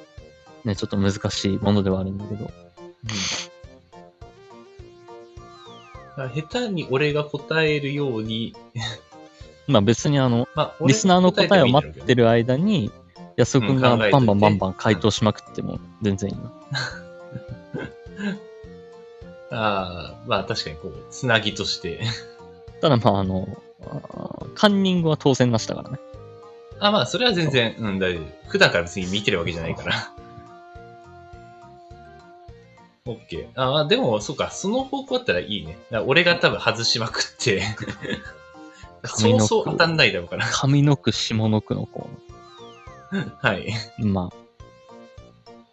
[SPEAKER 1] ね、ちょっと難しいものではあるんだけど。
[SPEAKER 2] だから下手に俺が答えるように、
[SPEAKER 1] まあ別にあの、
[SPEAKER 2] まあ、俺
[SPEAKER 1] リスナーの答えを待って
[SPEAKER 2] る。
[SPEAKER 1] る間に、安尾くん
[SPEAKER 2] う
[SPEAKER 1] が
[SPEAKER 2] ん考えとい
[SPEAKER 1] バン
[SPEAKER 2] て
[SPEAKER 1] バンバンバン回答しまくっても全然いいな。
[SPEAKER 2] ああ、まあ確かにこう、つなぎとして。 [laughs]
[SPEAKER 1] ただまああの、あーカンニングは当選なしだからね。
[SPEAKER 2] あ、まあそれは全然、うん、大丈夫。普段から別に見てるわけじゃないから。オッケー。ああ、でも、そうか、その方向だったらいいね。だから俺が多分外しまく
[SPEAKER 1] [laughs]
[SPEAKER 2] って、
[SPEAKER 1] 髪
[SPEAKER 2] そ
[SPEAKER 1] の
[SPEAKER 2] う
[SPEAKER 1] 毛
[SPEAKER 2] そう当たんないだろうから。
[SPEAKER 1] 上の句、下の句のコ
[SPEAKER 2] は
[SPEAKER 1] ー
[SPEAKER 2] い。
[SPEAKER 1] ナー。まあ、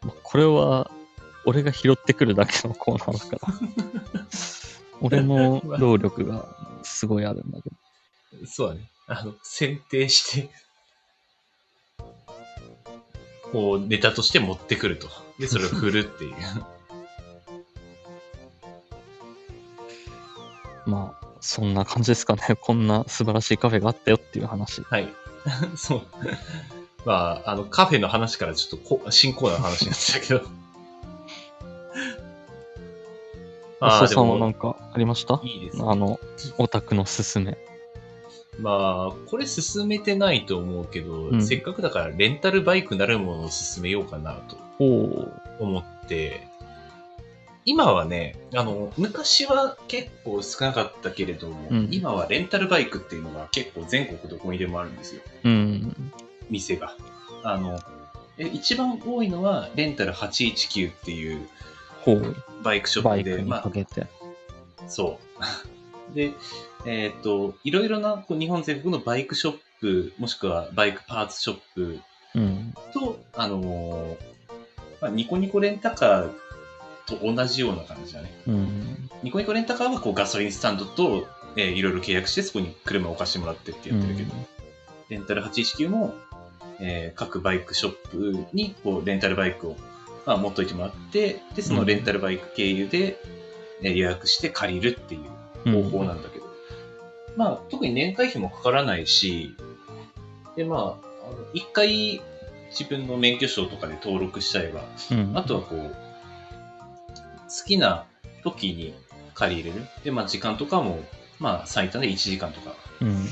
[SPEAKER 1] まあこれは、俺が拾ってくるだけのコーナーだから。
[SPEAKER 2] [laughs]
[SPEAKER 1] 俺の労力がすごいあるんだけど。
[SPEAKER 2] そうだね。あの、選定して、こう、ネタとして持ってくると。で、それを振るっていう。
[SPEAKER 1] まあ、そんな感じですかね。こんな素晴らしいカフェがあったよっていう話。
[SPEAKER 2] はい。 [laughs] そう。まあ、あの、カフェの話からちょっとこ新コーナーの話になってたけど。あ
[SPEAKER 1] 安
[SPEAKER 2] あ、
[SPEAKER 1] 田
[SPEAKER 2] で
[SPEAKER 1] さんは
[SPEAKER 2] も
[SPEAKER 1] 何、かありました
[SPEAKER 2] いいですね。
[SPEAKER 1] あの、オタクのすすめ。
[SPEAKER 2] まあ、これ進めてないと思うけど、
[SPEAKER 1] ん
[SPEAKER 2] せっかくだからレンタルバイクなるものを進めようかなと
[SPEAKER 1] おお。
[SPEAKER 2] 思って、今はね、あの、昔は結構少なかったけれども、
[SPEAKER 1] うん
[SPEAKER 2] 今はレンタルバイクっていうのが結構全国どこにでもあるんですよ。
[SPEAKER 1] うん。
[SPEAKER 2] 店が。あの、え一番多いのは、レンタル819っていう
[SPEAKER 1] ほう。
[SPEAKER 2] バイクショ
[SPEAKER 1] バ
[SPEAKER 2] ップ
[SPEAKER 1] イク
[SPEAKER 2] で、
[SPEAKER 1] に
[SPEAKER 2] ま
[SPEAKER 1] かけて。
[SPEAKER 2] あ、そう。 [laughs] で、えっ、と、いろいろなこう日本全国のバイクショップ、もしくはバイクパーツショップ
[SPEAKER 1] うん。
[SPEAKER 2] と、あのーまあ、ニコニコレンタカーと同じような感じだね。
[SPEAKER 1] うん。
[SPEAKER 2] ニコニコレンタカーはこうガソリンスタンドと、えーいろいろ契約して、そこに車を貸してもらってってやってるけど、レンタル819も、えー各バイクショップにこうレンタルバイクを、まあ、持っといてもらって、で、そのレンタルバイク経由で、えー予約して借りるっていう
[SPEAKER 1] うん
[SPEAKER 2] 方法なんだけど、まあ、特に年会費もかからないし、で、まあ、あの1回自分の免許証とかで登録しちゃえば、
[SPEAKER 1] うん。
[SPEAKER 2] あとはこう、好きな時に借りれる。で、まあ時間とかも、まあ最短で1時間とか
[SPEAKER 1] うん。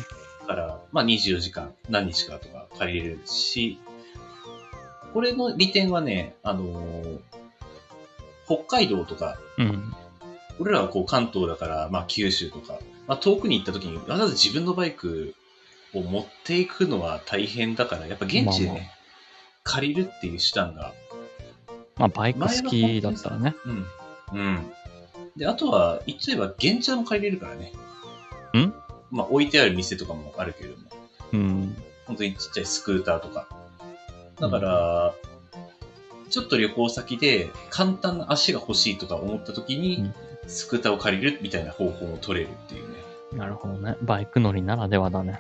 [SPEAKER 2] から、まあ24時間何日かとか借りれるし、これの利点はね、あのー北海道とか、
[SPEAKER 1] うん。
[SPEAKER 2] 俺らはこう関東だから、まあ九州とか、まあ遠くに行った時にわざわざ自分のバイクを持っていくのは大変だから、やっぱ現地でね、
[SPEAKER 1] まあま
[SPEAKER 2] 借りるっていう手段が
[SPEAKER 1] まあ、バイク好きだったらね。
[SPEAKER 2] うん。うん。で、あとは、言っちゃえば、現地でも借りれるからね。
[SPEAKER 1] ん
[SPEAKER 2] まあ、置いてある店とかもあるけれども、
[SPEAKER 1] うん。
[SPEAKER 2] 本当にちっちゃいスクーターとか。だから、ちょっと旅行先で簡単な足が欲しいとか思った時
[SPEAKER 1] う
[SPEAKER 2] に
[SPEAKER 1] ん、
[SPEAKER 2] スクーターを借りるみたいな方法も取れるっていうね。
[SPEAKER 1] なるほどね。バイク乗りならではだね。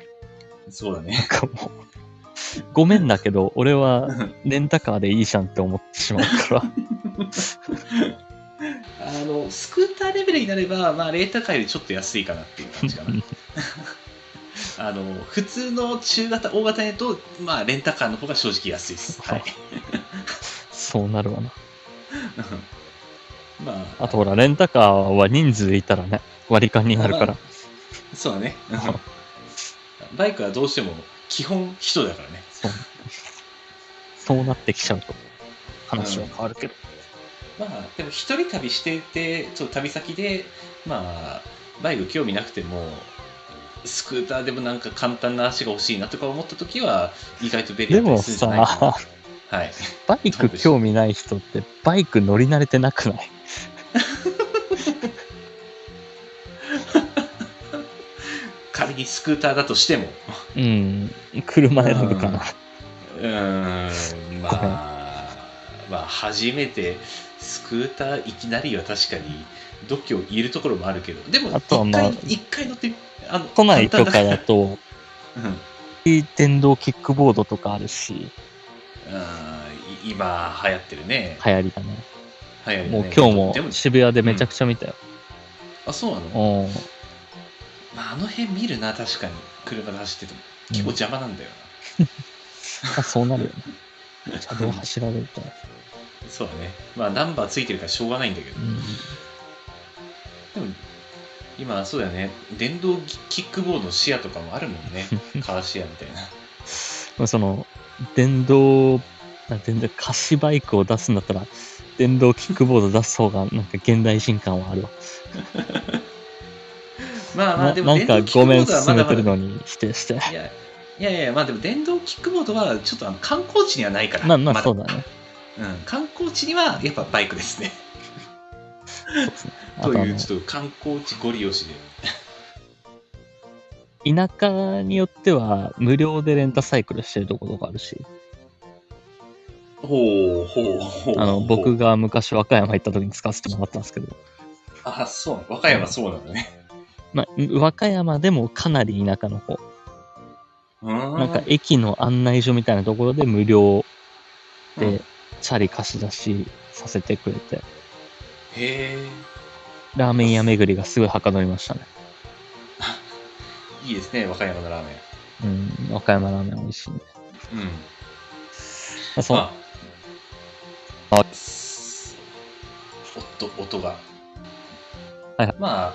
[SPEAKER 2] そう
[SPEAKER 1] [laughs]
[SPEAKER 2] だね。
[SPEAKER 1] なんかもうごめんだけど、俺はレンタカーでいいじゃんって思ってしまうから。
[SPEAKER 2] あの、スクーターレベルになれば、まあ、レーター界よりちょっと安いかなっていう感じかな。
[SPEAKER 1] [laughs]
[SPEAKER 2] あの、普通の中型、大型にと、まあ、レンタカーの方が正直安いです。はい。 [laughs]
[SPEAKER 1] そうなるわな。
[SPEAKER 2] まあ、
[SPEAKER 1] あとほら、レンタカーは人数いたらね、割り勘になるから。
[SPEAKER 2] そうだね。バイクはどうしても、基本人だからね。
[SPEAKER 1] そうそうなってきちゃうと、話は変わるけど。
[SPEAKER 2] まあ、でも一人旅してて、ちょっと旅先で、まあ、バイク興味なくても、スクーターでもなんか簡単な足が欲しいなとか思った時は、意外と便利だ
[SPEAKER 1] で
[SPEAKER 2] ったり
[SPEAKER 1] も
[SPEAKER 2] するんじゃないかな
[SPEAKER 1] さ、
[SPEAKER 2] はい。
[SPEAKER 1] バイク興味ない人って、バイク乗り慣れてなくない
[SPEAKER 2] 仮にスクーターだとしても、
[SPEAKER 1] うん、車選ぶかな。
[SPEAKER 2] うーん、まあ、まあ、初めてスクーターいきなりは確かに度胸いるところもあるけど、でも、
[SPEAKER 1] あとはまあ
[SPEAKER 2] 一回一回乗って、あの、
[SPEAKER 1] 都内とか
[SPEAKER 2] 簡
[SPEAKER 1] だと、
[SPEAKER 2] 単だうん
[SPEAKER 1] 電動キックボードとかあるし、
[SPEAKER 2] あーい今、流行ってるね。
[SPEAKER 1] 流行りだね。
[SPEAKER 2] 流行る
[SPEAKER 1] も
[SPEAKER 2] ね
[SPEAKER 1] う今日
[SPEAKER 2] でも
[SPEAKER 1] も、渋谷でめちゃくちゃ見たよ。
[SPEAKER 2] あ、そうなの、
[SPEAKER 1] うん。
[SPEAKER 2] まあ、あの辺見るな、確かに。車で走ってても。結構邪魔なんだよ
[SPEAKER 1] まあそうなるよね。車道走られるとね。
[SPEAKER 2] な。そうだね。まあ、ナンバーついてるからしょうがないんだけど。でも今そうだよね電動キックボードの視野とかもあるもん
[SPEAKER 1] [laughs]
[SPEAKER 2] ねカーシェアみたいな
[SPEAKER 1] うん。その、電動、なんていうんだ、貸しバイクを出すんだったら、電動キックボード出す方が、なんか現代進感はあるわ。
[SPEAKER 2] まあまあ
[SPEAKER 1] な
[SPEAKER 2] でも
[SPEAKER 1] なん
[SPEAKER 2] 電
[SPEAKER 1] か
[SPEAKER 2] 動キッ
[SPEAKER 1] ご
[SPEAKER 2] クボ
[SPEAKER 1] め
[SPEAKER 2] ー
[SPEAKER 1] ん、
[SPEAKER 2] ドは
[SPEAKER 1] 進
[SPEAKER 2] ま
[SPEAKER 1] め
[SPEAKER 2] だま
[SPEAKER 1] てる
[SPEAKER 2] だ
[SPEAKER 1] のに否定して。 [laughs]
[SPEAKER 2] いやいやいやまあでも電動キックボードはちょっとあの観光地にはないから
[SPEAKER 1] まあま
[SPEAKER 2] だ
[SPEAKER 1] あそうだね。
[SPEAKER 2] うん、観光地にはやっぱバイクですね
[SPEAKER 1] そうですねあと
[SPEAKER 2] と
[SPEAKER 1] あ
[SPEAKER 2] い
[SPEAKER 1] の
[SPEAKER 2] うちょっと観光地ご利用しで
[SPEAKER 1] 田舎によっては無料でレンタサイクルしてるところがあるし、
[SPEAKER 2] ほうほうほう
[SPEAKER 1] あの僕が昔和歌山行った時に使わせてもらったんですけど、
[SPEAKER 2] あそうなの和歌山そうなんだね
[SPEAKER 1] まあ、和歌山でもかなり田舎の方、
[SPEAKER 2] な
[SPEAKER 1] なんか駅の案内所みたいなところで無料
[SPEAKER 2] うん、
[SPEAKER 1] で
[SPEAKER 2] へ
[SPEAKER 1] チャリ貸し出しさせてくれて、
[SPEAKER 2] え
[SPEAKER 1] ラーメン屋巡りがすごいはかどりましたね。
[SPEAKER 2] いいですね和歌山のラーメ
[SPEAKER 1] うん、和歌山ラーメン美味しいね。
[SPEAKER 2] ンうん
[SPEAKER 1] まあそう、
[SPEAKER 2] あ
[SPEAKER 1] あ
[SPEAKER 2] おっと音が、
[SPEAKER 1] はいはい
[SPEAKER 2] まあ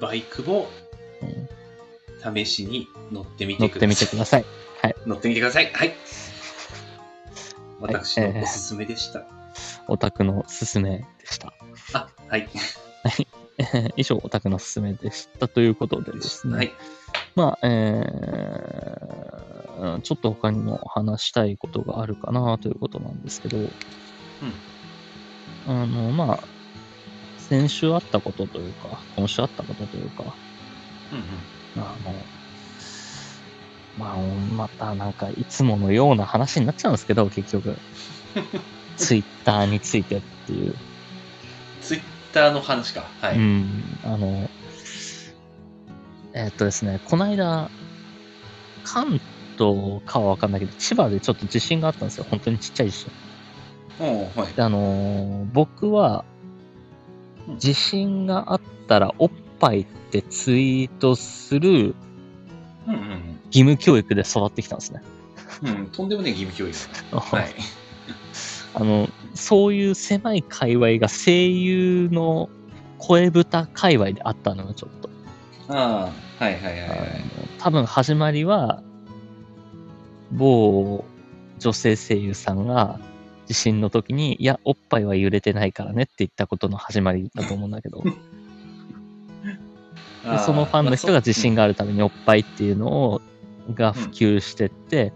[SPEAKER 2] バイクも
[SPEAKER 1] うん
[SPEAKER 2] 試しに乗ってみ
[SPEAKER 1] 乗
[SPEAKER 2] て
[SPEAKER 1] っ
[SPEAKER 2] く
[SPEAKER 1] て
[SPEAKER 2] だ
[SPEAKER 1] みて
[SPEAKER 2] さい
[SPEAKER 1] ください。
[SPEAKER 2] 乗ってみてくださいはい
[SPEAKER 1] はい
[SPEAKER 2] 私のおすすめでした、
[SPEAKER 1] オタクのすすめでした。 [laughs]
[SPEAKER 2] あはい
[SPEAKER 1] 以上、オタクのすすめでしたということでですね。
[SPEAKER 2] はい
[SPEAKER 1] まあ、えー、ちょっと他にも話したいことがあるかなということなんですけど、あの、まあ、先週あったことというか、今週あったことというか、
[SPEAKER 2] うんうん
[SPEAKER 1] あの、まあ、またなんかいつものような話になっちゃうんですけど、結 [laughs] 局、ツイッターについてっていう、
[SPEAKER 2] ツイッターの話かはい、
[SPEAKER 1] うん、あの、えーっとですね、この間、関東かはわかんないけど、千葉でちょっと地震があったんですよ。本当にちっちゃい地震。
[SPEAKER 2] おうはい
[SPEAKER 1] であのー僕は
[SPEAKER 2] うん、
[SPEAKER 1] 地震があったらおっぱいってツイートする
[SPEAKER 2] うんうんうん
[SPEAKER 1] 義務教育で育ってきたんですね。
[SPEAKER 2] うん、とんでもねえ義務教育。はい。
[SPEAKER 1] [laughs] あの、そういう狭い界隈が声優の声豚界隈であったのよ、ちょっと。
[SPEAKER 2] ああ、はいはいはいは
[SPEAKER 1] あの
[SPEAKER 2] い。
[SPEAKER 1] 多分始まりは、某女性声優さんが地震の時に、いや、おっぱいは揺れてないからねって言ったことの始まりだと思うんだ
[SPEAKER 2] [laughs]
[SPEAKER 1] けど、で
[SPEAKER 2] あー
[SPEAKER 1] そのファンの人が自信
[SPEAKER 2] ま
[SPEAKER 1] があるためにおっぱいっていうのを、が普及してって、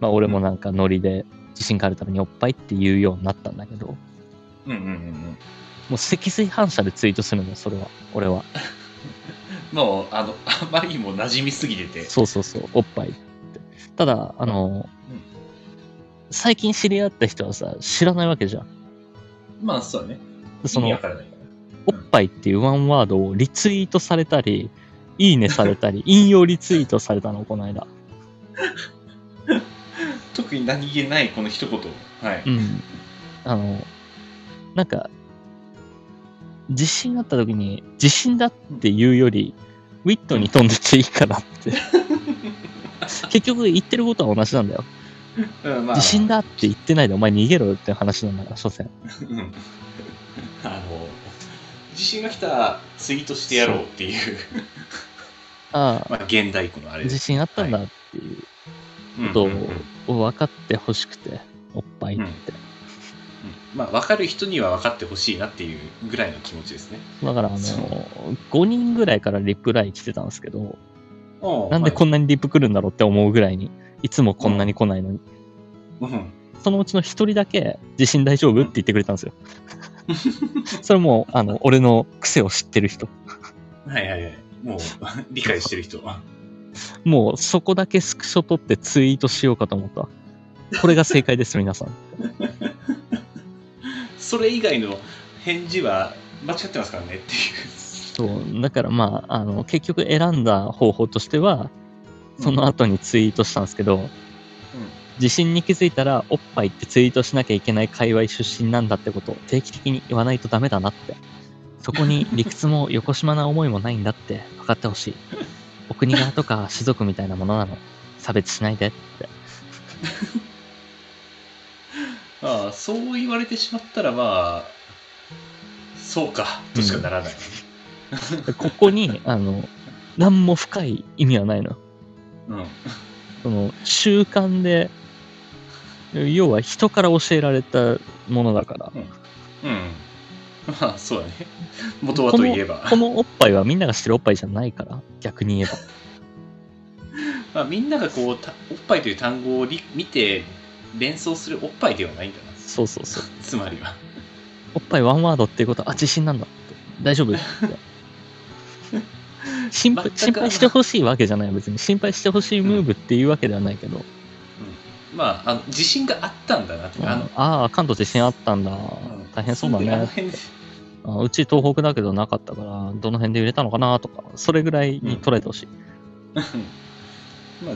[SPEAKER 1] まあ俺もなんかノリで自信があるためにおっぱいって言うようになったんだけど、
[SPEAKER 2] あそううんうんうんうん。
[SPEAKER 1] もう脊髄反射でツイートするの、それは、俺は。
[SPEAKER 2] もう、あの、 [laughs] あまりにも馴染みすぎてて。
[SPEAKER 1] そうそうそう、おっぱいって。ただ、あの、
[SPEAKER 2] うん
[SPEAKER 1] 最近知り合った人はさ、知らないわけじゃん。
[SPEAKER 2] まあ、そうだね。
[SPEAKER 1] でそ
[SPEAKER 2] 意味
[SPEAKER 1] の
[SPEAKER 2] わ、からないか
[SPEAKER 1] おっぱいっていうワンワードをリツイートされたり、いいねされたり、引用リツイートされたの、この間。
[SPEAKER 2] ら。特に何気ないこの一言。はい。
[SPEAKER 1] うん。あの、なんか、地震があった時に、地震だっていうより、ウィットに飛んでていいかなって。結局言ってることは同じなんだよ。
[SPEAKER 2] うん、まあ
[SPEAKER 1] 地震だって言ってないで、お前逃げろよって話なんだから、所詮。
[SPEAKER 2] うん [laughs] あの、地震が来たツイートしてやろうっていう、
[SPEAKER 1] あ
[SPEAKER 2] [laughs] まあ、現代語のあ
[SPEAKER 1] あ、
[SPEAKER 2] れで
[SPEAKER 1] 自
[SPEAKER 2] す。
[SPEAKER 1] 信あったんだっていうこと
[SPEAKER 2] う
[SPEAKER 1] を
[SPEAKER 2] んうんうんうん
[SPEAKER 1] 分かってほしくて、おっぱいって。
[SPEAKER 2] まあ、分かる人には分かってほしいなっていうぐらいの気持ちですね。
[SPEAKER 1] だから、あの、
[SPEAKER 2] そう
[SPEAKER 1] 5人ぐらいからリプライ来てたんですけど、
[SPEAKER 2] おう
[SPEAKER 1] なんでこ
[SPEAKER 2] は
[SPEAKER 1] んなにリプ来るんだろうって思うぐらいに、いつもこんなに来ないのに、
[SPEAKER 2] いうん
[SPEAKER 1] そのうちの1人だけ、地震大丈夫って言ってくれたんですよ。それも、あの、俺の癖を知ってる人。
[SPEAKER 2] はいはいはい。もう、 [laughs] 理解してる人は。
[SPEAKER 1] もう、そこだけスクショ撮ってツイートしようかと思った。これが正解です、
[SPEAKER 2] [laughs]
[SPEAKER 1] 皆さん。
[SPEAKER 2] それ以外の返事は間違ってますからねっていう。
[SPEAKER 1] そうだからまああの結局選んだ方法としてはその後にツイートしたんですけど、地震に気づいたらおっぱいってツイートしなきゃいけない界隈出身なんだってことを定期的に言わないとダメだなってそこに理屈も横島な思いもないんだって分かってほしいお国柄とか士族みたいなものなの差別しないでって
[SPEAKER 2] まあ、そう言われてしまったら、まあ、そうか、としかならない。
[SPEAKER 1] ここにあの何も深い意味はないの
[SPEAKER 2] うん。
[SPEAKER 1] その習慣で要は人から教えられたものだから
[SPEAKER 2] うん。まあ、そう
[SPEAKER 1] [laughs]
[SPEAKER 2] だね。元はといえば。
[SPEAKER 1] このおっぱいはみんなが知ってるおっぱいじゃないから、逆に言えば。
[SPEAKER 2] まあ、みんながこう、たおっぱいという単語をり見て、連想するおっぱいではないんだな。
[SPEAKER 1] そうそうそう。
[SPEAKER 2] つまりは。
[SPEAKER 1] おっぱいワンワードっていうことは、あ、自信なんだって。大 [laughs] 丈夫って。心配
[SPEAKER 2] 全く
[SPEAKER 1] 心配してほしいわけじゃない別に心配してほしいムーブっていうわけではないけど、
[SPEAKER 2] まあ、あの自信があったんだなって。
[SPEAKER 1] うん
[SPEAKER 2] あの、
[SPEAKER 1] ああ関東地震あったんだ、
[SPEAKER 2] うん
[SPEAKER 1] 大変そうだ
[SPEAKER 2] あの
[SPEAKER 1] ね
[SPEAKER 2] 辺で
[SPEAKER 1] あうち東北だけどなかったからどの辺で揺れたのかなとかそれぐらいに捉えてほしい、
[SPEAKER 2] [laughs] まあ、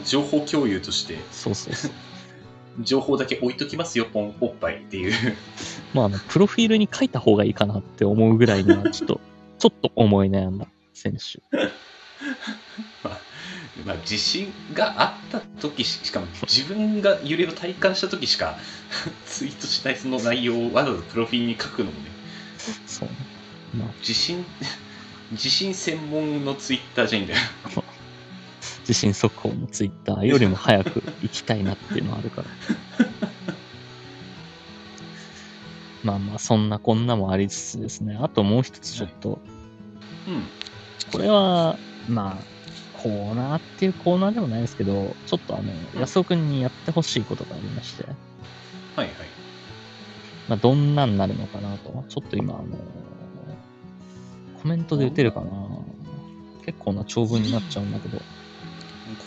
[SPEAKER 2] 情報共有として、
[SPEAKER 1] そうそうそう
[SPEAKER 2] 情報だけ置いときますよ、ポン、おっぱいっていう。
[SPEAKER 1] [laughs] まああのプロフィールに書いた方がいいかなって思うぐらいにはちょっとちょっと思い悩んだ選手
[SPEAKER 2] まあ、地震があった時ししかも自分が揺れを体感した時しか [laughs] ツイートしないその内容をわざわざプロフィールに書くのもね
[SPEAKER 1] そうね
[SPEAKER 2] 地震地震専門のツイッターじゃいいんだよ
[SPEAKER 1] 地震速報のツイッターよりも早く行きたいなっていうのはあるから。まあまあ、そんなこんなもありつつですね。あともう一つちょっと、
[SPEAKER 2] うん
[SPEAKER 1] これは、まあ、コーナーっていうコーナーでもないですけど、ちょっとあの、安尾くんにやってほしいことがありまして、
[SPEAKER 2] はいはい
[SPEAKER 1] まあ、どんなんなるのかなと。ちょっと今、あの、コメントで打てるかな。結構な長文になっちゃうんだけど。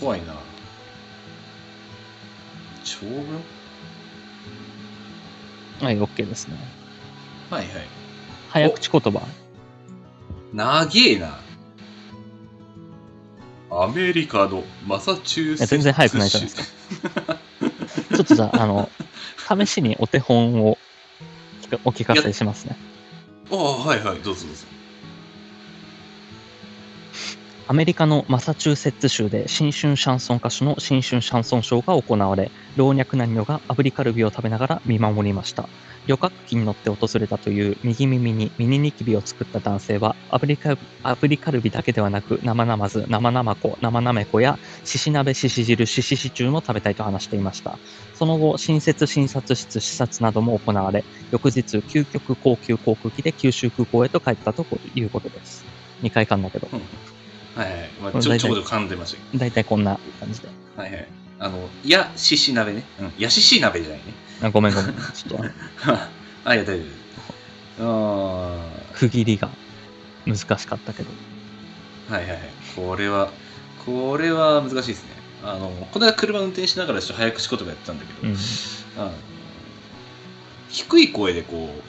[SPEAKER 2] 怖いな長文
[SPEAKER 1] はい、OK ですね。
[SPEAKER 2] はいはい
[SPEAKER 1] 早口言葉。
[SPEAKER 2] 長えなアメリカのマサチューセ
[SPEAKER 1] いや
[SPEAKER 2] ッツ州
[SPEAKER 1] 全然早くないじゃないでちょっとじゃあ、あの、試しにお手本を聞かお聞かせしますね。
[SPEAKER 2] ああはいはいどうぞどうぞ
[SPEAKER 1] アメリカのマサチューセッツ州で新春シャンソン歌手の新春シャンソンショーが行われ老若男女が炙りカルビを食べながら見守りました旅客機に乗って訪れたという右耳にミニニキビを作った男性は炙りカルビ炙りカルビだけではなく生なまず生なまこ生なめこやしし鍋しし汁ししシチューも食べたいと話していましたその後新設診察室視察なども行われ翌日究極高級航空機で九州空港へと帰ったということです2回噛んだけど
[SPEAKER 2] はいはい、まあ、ちょちょうど噛んでましたけ
[SPEAKER 1] 大体こんな感じで
[SPEAKER 2] どはいはいあのやしし鍋ね、うん、やしし鍋じゃないね [laughs]
[SPEAKER 1] あごめんごめん [laughs] ちょっと
[SPEAKER 2] あいや大丈夫ですあ
[SPEAKER 1] 区切りが難しかったけど
[SPEAKER 2] あはいはいはいこれはこれは難しいですねあのこの間車運転しながらちょっと早口言葉やってたんだけど、
[SPEAKER 1] うん
[SPEAKER 2] あの低い声でこう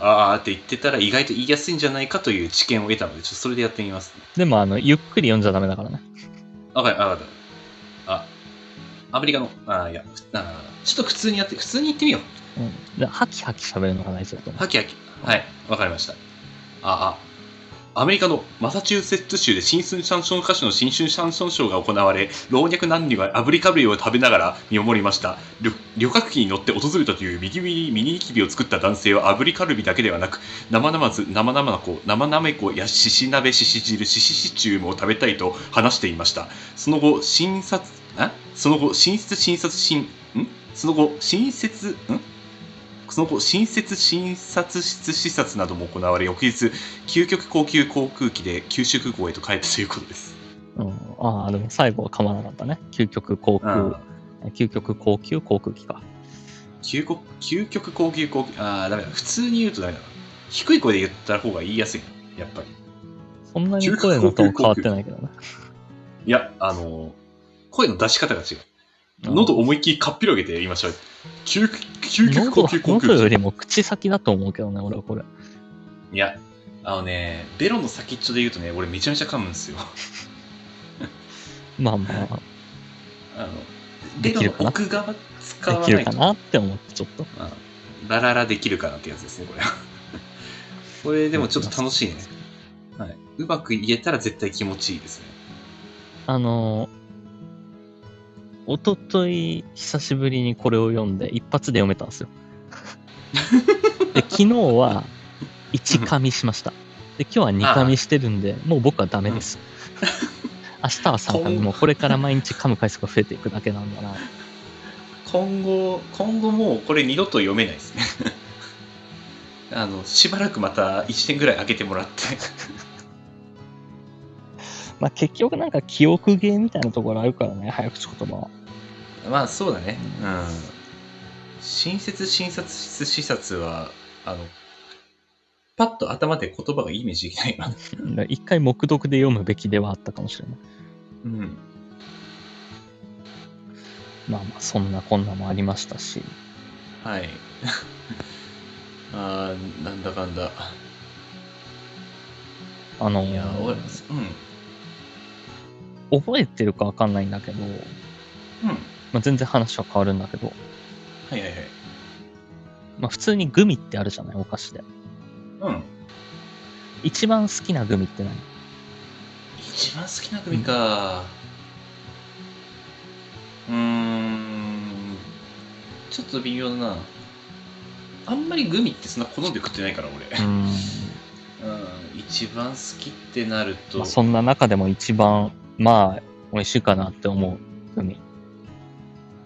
[SPEAKER 2] あーって言ってたら意外と言いやすいんじゃないかという知見を得たのでちょっとそれでやってみますね
[SPEAKER 1] でもあのゆっくり読んじゃダメだからね
[SPEAKER 2] わかるわかったあアメリカのあーいやあーちょっと普通にやって普通に言ってみよう
[SPEAKER 1] うん、でハキハキ喋るのが大事だと思う。
[SPEAKER 2] ハキハキ。はい、わかりました。ああ、アメリカのマサチューセッツ州で新春シャンソン歌手の新春シャンソンショーが行われ、老若男女が炙りかぶりを食べながら見守りました。旅旅客機に乗って訪れたという右耳にミニニキビを作った男性は炙りカルビだけではなく、生々ず、生々な子、生なめこやしし鍋、しし汁、ししシチューも食べたいと話していました。その後、診察、あその後、新設診察診、んその後、新設、んその後、新設診察室視察なども行われ、翌日、究極高級航空機で九州空港へと帰ったということです。
[SPEAKER 1] うん、ああ、でも最後は噛まなかったね。究極航空、究極高級航空機か。
[SPEAKER 2] 究極究極高級航空、ああ、ダメだ。普通に言うとダメだな。低い声で言った方が言いやすいな。やっぱり。
[SPEAKER 1] そんなに声のトーン変わってないけどね。
[SPEAKER 2] いや、あのー声の出し方が違う。喉思いっきりかっぴろげて言いましょう。究究極
[SPEAKER 1] 喉
[SPEAKER 2] 高級航
[SPEAKER 1] 喉よ
[SPEAKER 2] 空機。
[SPEAKER 1] りも口先だと思うけどね、俺はこれ。
[SPEAKER 2] いや、あのね、ベロの先っちょで言うとね、俺めちゃめちゃ噛むんですよ。
[SPEAKER 1] まあまあ、
[SPEAKER 2] あの、
[SPEAKER 1] で
[SPEAKER 2] ベロ
[SPEAKER 1] きる
[SPEAKER 2] の
[SPEAKER 1] かな
[SPEAKER 2] 奥側使
[SPEAKER 1] で
[SPEAKER 2] わ
[SPEAKER 1] き
[SPEAKER 2] ない
[SPEAKER 1] る
[SPEAKER 2] と
[SPEAKER 1] か。なって思って、ちょっと。
[SPEAKER 2] まあ、ラララできるかなってやつですね、これ [laughs] は。これでもちょっと楽しいね。はい、うまく言えたら絶対気持ちいいですね。
[SPEAKER 1] あのー、おととい、久しぶりにこれを読んで、一発で読めたん [laughs] ですよ。で昨日は、1噛みしました。で、今日は2噛みしてるんで、もう僕はダメです。明日は3噛み、もうこれから毎日噛む回数が増えていくだけなんだな。
[SPEAKER 2] 今後、今後もうこれ二度と読めないですね。 [laughs] あの、しばらくまた1年ぐらい開けてもらって。
[SPEAKER 1] まあ結局なんか記憶芸みたいなところあるからね、早口言葉は。
[SPEAKER 2] [laughs] まあ、そうだね。うん。新設診察室視察は、あの、パッと頭で言葉がイメージできないな。
[SPEAKER 1] だから一回目読で読むべきではあったかもしれない。
[SPEAKER 2] うん。
[SPEAKER 1] まあまあ、そんなこんなもありましたし。
[SPEAKER 2] はい。 [laughs] あーなんだかんだ。
[SPEAKER 1] あのー
[SPEAKER 2] いや、俺、うん。
[SPEAKER 1] 覚えてるかわかんないんだけど、
[SPEAKER 2] うん。
[SPEAKER 1] まあ、全然話は変わるんだけど、
[SPEAKER 2] はいはいはい。
[SPEAKER 1] まあ、普通にグミってあるじゃないお菓子で
[SPEAKER 2] うん。
[SPEAKER 1] 一番好きなグミって何
[SPEAKER 2] 一番好きな組か。うーん。ちょっと微妙だな。あんまりグミってそんな好んで食ってないから俺。
[SPEAKER 1] ん、
[SPEAKER 2] うん。一番好きってなると、
[SPEAKER 1] まあ、そんな中でも一番まあ美味しいかなって思うグミ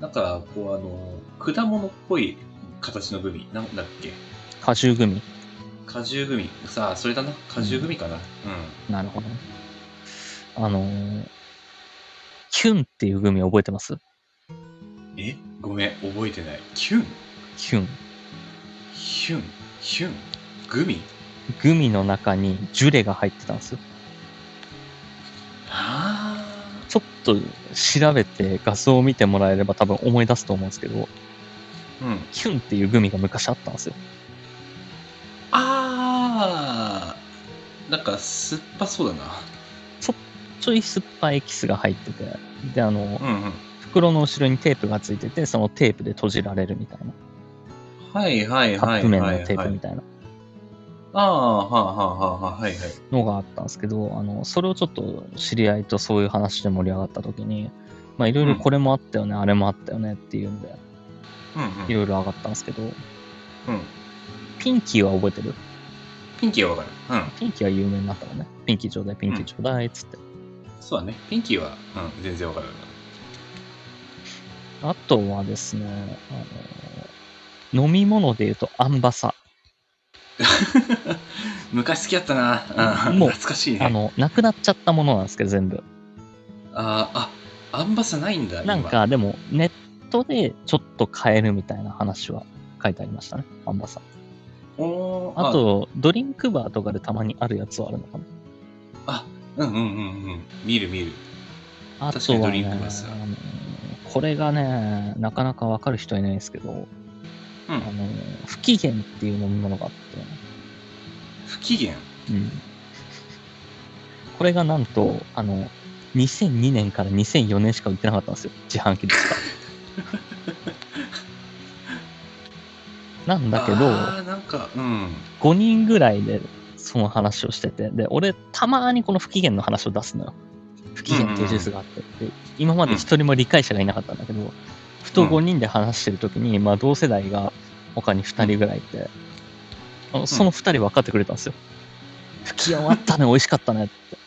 [SPEAKER 2] なんかこうあの、果物っぽい形のグミ。なんだっけ
[SPEAKER 1] 果汁グミ
[SPEAKER 2] 果汁グミ。さあ、それだな。果汁グミかな。うん。
[SPEAKER 1] なるほどねあのーキュンっていうグミ覚えてます
[SPEAKER 2] えごめん、覚えてない。キュン
[SPEAKER 1] キュン
[SPEAKER 2] ヒュンヒュングミ
[SPEAKER 1] グミの中にジュレが入ってたんですよ
[SPEAKER 2] あ
[SPEAKER 1] ちょっと調べて画像を見てもらえれば多分思い出すと思うんですけど
[SPEAKER 2] あ。うん。
[SPEAKER 1] キュンっていうグミが昔あったんですよ
[SPEAKER 2] ああなんか酸っぱそうだな
[SPEAKER 1] ちょい酸っぱいエキスが入っててであの、
[SPEAKER 2] うんうん
[SPEAKER 1] 袋の後ろにテープがついてて、そのテープで閉じられるみたいな。
[SPEAKER 2] はいはい
[SPEAKER 1] カ
[SPEAKER 2] は
[SPEAKER 1] ッ
[SPEAKER 2] い
[SPEAKER 1] プ麺
[SPEAKER 2] は
[SPEAKER 1] の
[SPEAKER 2] い
[SPEAKER 1] テー
[SPEAKER 2] は
[SPEAKER 1] プみ
[SPEAKER 2] い
[SPEAKER 1] たいな。
[SPEAKER 2] ああ、はあはあはあはあ、はいはい。
[SPEAKER 1] のがあったんですけど、あの、それをちょっと知り合いとそういう話で盛り上がった時に、まあいろいろこれもあったよね、あれもあったよねっていうんで、い
[SPEAKER 2] うん
[SPEAKER 1] ろいろ上がったんですけど、
[SPEAKER 2] うん。うん。
[SPEAKER 1] ピンキーは覚えてる
[SPEAKER 2] ピンキーはわかる。
[SPEAKER 1] ピンキーは有名になったのね。ピンキーちょうだい、ピンキーちょうだいっつって。
[SPEAKER 2] うん。そうだね。ピンキーは、うん、全然わかる。 [laughs]
[SPEAKER 1] あとはですね、あの、飲み物で言うとアンバサ。
[SPEAKER 2] 昔好きだったな。うん、
[SPEAKER 1] もう
[SPEAKER 2] 懐かしいね。
[SPEAKER 1] あ
[SPEAKER 2] あ
[SPEAKER 1] の、なくなっちゃったものなんですけど、全部。
[SPEAKER 2] あー、あ、アンバサないんだ。
[SPEAKER 1] なんか、でも、ネットでちょっと買えるみたいな話は書いてありましたね、アンバサ。
[SPEAKER 2] 今。おー
[SPEAKER 1] あ、と、ドリンクバーとかでたまにあるやつはあるのかな。
[SPEAKER 2] あ、うんうんうんうん。見る見る。
[SPEAKER 1] あ
[SPEAKER 2] 確か
[SPEAKER 1] と
[SPEAKER 2] に
[SPEAKER 1] は、
[SPEAKER 2] ド
[SPEAKER 1] ね
[SPEAKER 2] リンクバーですよ
[SPEAKER 1] あのこれがね、なかなかわかる人いないんですけど、
[SPEAKER 2] う
[SPEAKER 1] あ
[SPEAKER 2] ん。
[SPEAKER 1] の、不機嫌っていう飲み物があって、
[SPEAKER 2] 不機嫌。
[SPEAKER 1] うんこれがなんと、あの、2002年から2004年しか売ってなかったんですよ。自販機で
[SPEAKER 2] [laughs]
[SPEAKER 1] しか。なんだけど、
[SPEAKER 2] ああ、なんか、うん。
[SPEAKER 1] 5人ぐらいでその話をしてて、で、俺、たまーにこの不機嫌の話を出すのよ。不機嫌っていうジュースがあって、で今まで一人も理解者がいなかったんだけど、ふと5人で話してるときに、まあ、同世代が他に2人ぐらいいて、あのその2人分かってくれたんですよ。不機嫌終わったね、美味しかったねって。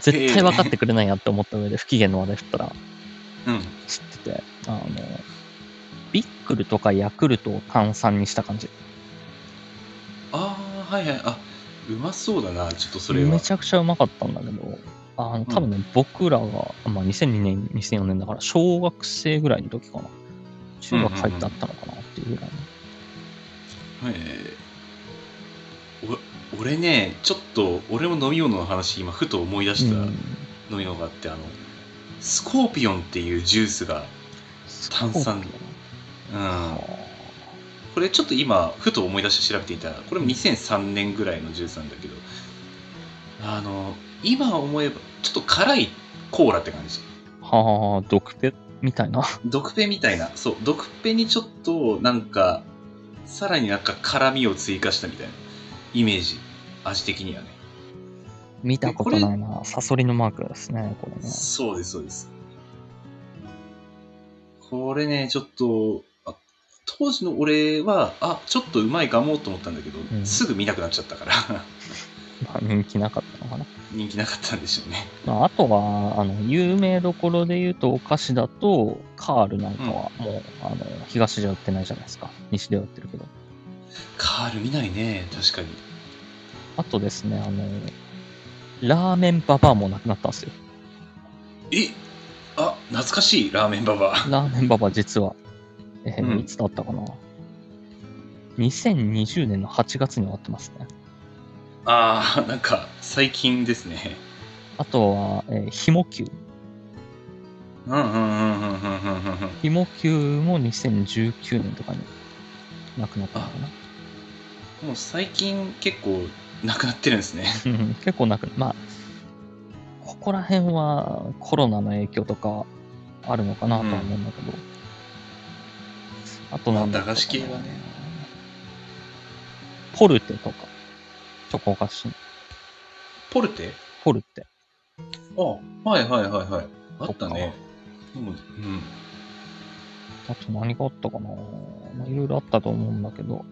[SPEAKER 1] 絶対分かってくれないやって思った上で、不機嫌の話題振ったら、
[SPEAKER 2] うん。
[SPEAKER 1] 知ってて、あの、ビックルとかヤクルトを炭酸にした感じ。
[SPEAKER 2] ああ、はいはい。あ、うまそうだな。ちょっとそれは。
[SPEAKER 1] めちゃくちゃうまかったんだけど、あの多分ね、僕らが、まあ、2002年、2004年だから、小学生ぐらいの時かな。中学入ってあったのかなっていうぐらいの。
[SPEAKER 2] えーお俺ねちょっと俺も飲み物の話今ふと思い出した
[SPEAKER 1] う
[SPEAKER 2] 飲
[SPEAKER 1] ん
[SPEAKER 2] み物があって、あのスコーピオンっていうジュースが、炭酸
[SPEAKER 1] そう
[SPEAKER 2] うん、
[SPEAKER 1] か
[SPEAKER 2] これちょっと今ふと思い出して調べてみたらこれも2003年ぐらいのジュースなんだけどあの今思えばちょっと辛いコーラって感じ
[SPEAKER 1] はあ、毒ペみたいな。 [laughs]
[SPEAKER 2] 毒ペみたいなそう毒ペにちょっとなんかさらになんか辛みを追加したみたいなイメージ味的にはね
[SPEAKER 1] 見たことないな。サソリのマークですね、これね。
[SPEAKER 2] そうです、そうです。これね、ちょっと、あ当時の俺は、あ、ちょっとうまいかもと思ったんだけど、
[SPEAKER 1] うん
[SPEAKER 2] すぐ見なくなっちゃったから、 [laughs]
[SPEAKER 1] まあ、人気なかったのかな。
[SPEAKER 2] 人気なかったんでしょうね。
[SPEAKER 1] まあ、あとは、あの、有名どころで言うと、お菓子だと、カールなんかは、もう、あの、東では売ってないじゃないですか。西では売ってるけど。
[SPEAKER 2] カール見ないね、確かに。
[SPEAKER 1] あとですね、あの、ラーメンババアもなくなったんですよ。
[SPEAKER 2] えあ、懐かしい、ラーメンババア。
[SPEAKER 1] ラーメンババア実は、えー
[SPEAKER 2] うん
[SPEAKER 1] いつだったかな。2020年の8月に終わってますね。
[SPEAKER 2] あー、なんか、最近ですね。
[SPEAKER 1] あとは、えー、ひもきゅう。
[SPEAKER 2] うんうんうんうんうんうんうんうん。
[SPEAKER 1] ひもきゅうも2019年とかになくなったのかな。
[SPEAKER 2] もう最近結構、なくなってるんですね。
[SPEAKER 1] うん結構なく、まあ、ここら辺はコロナの影響とかあるのかなとは思うんだけど。あとなんだろう
[SPEAKER 2] まあ駄菓子系はね。
[SPEAKER 1] ポルテとか、チョコ菓子、
[SPEAKER 2] ポルテ
[SPEAKER 1] ポルテ。
[SPEAKER 2] あ、はいはいはいはい。あったね。うんうん。
[SPEAKER 1] あと何があったかなまあいろいろあったと思うんだけど、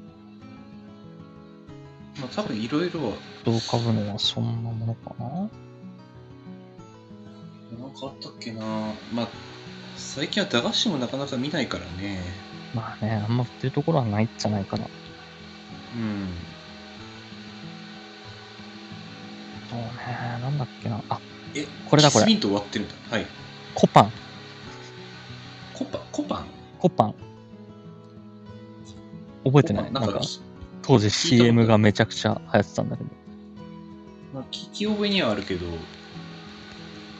[SPEAKER 2] まあ、多分いろいろは
[SPEAKER 1] どうかぶのはそんなものかな
[SPEAKER 2] なんかあったっけなまあ最近は駄菓子もなかなか見ないからね
[SPEAKER 1] まあね、あんま売ってるところはないんじゃないかな。
[SPEAKER 2] うん
[SPEAKER 1] そうね、なんだっけな。あ、
[SPEAKER 2] え
[SPEAKER 1] これだこれ
[SPEAKER 2] キスミント終わってるんだはい
[SPEAKER 1] コパン、
[SPEAKER 2] コパコパン
[SPEAKER 1] コパン。覚えてな
[SPEAKER 2] コ
[SPEAKER 1] い
[SPEAKER 2] パ
[SPEAKER 1] な
[SPEAKER 2] ンなん
[SPEAKER 1] ん
[SPEAKER 2] か
[SPEAKER 1] か
[SPEAKER 2] き
[SPEAKER 1] 当時
[SPEAKER 2] 聞いたことある
[SPEAKER 1] CM がめちゃくちゃ流行ってたんだけど。
[SPEAKER 2] まあ、聞き覚えにはあるけど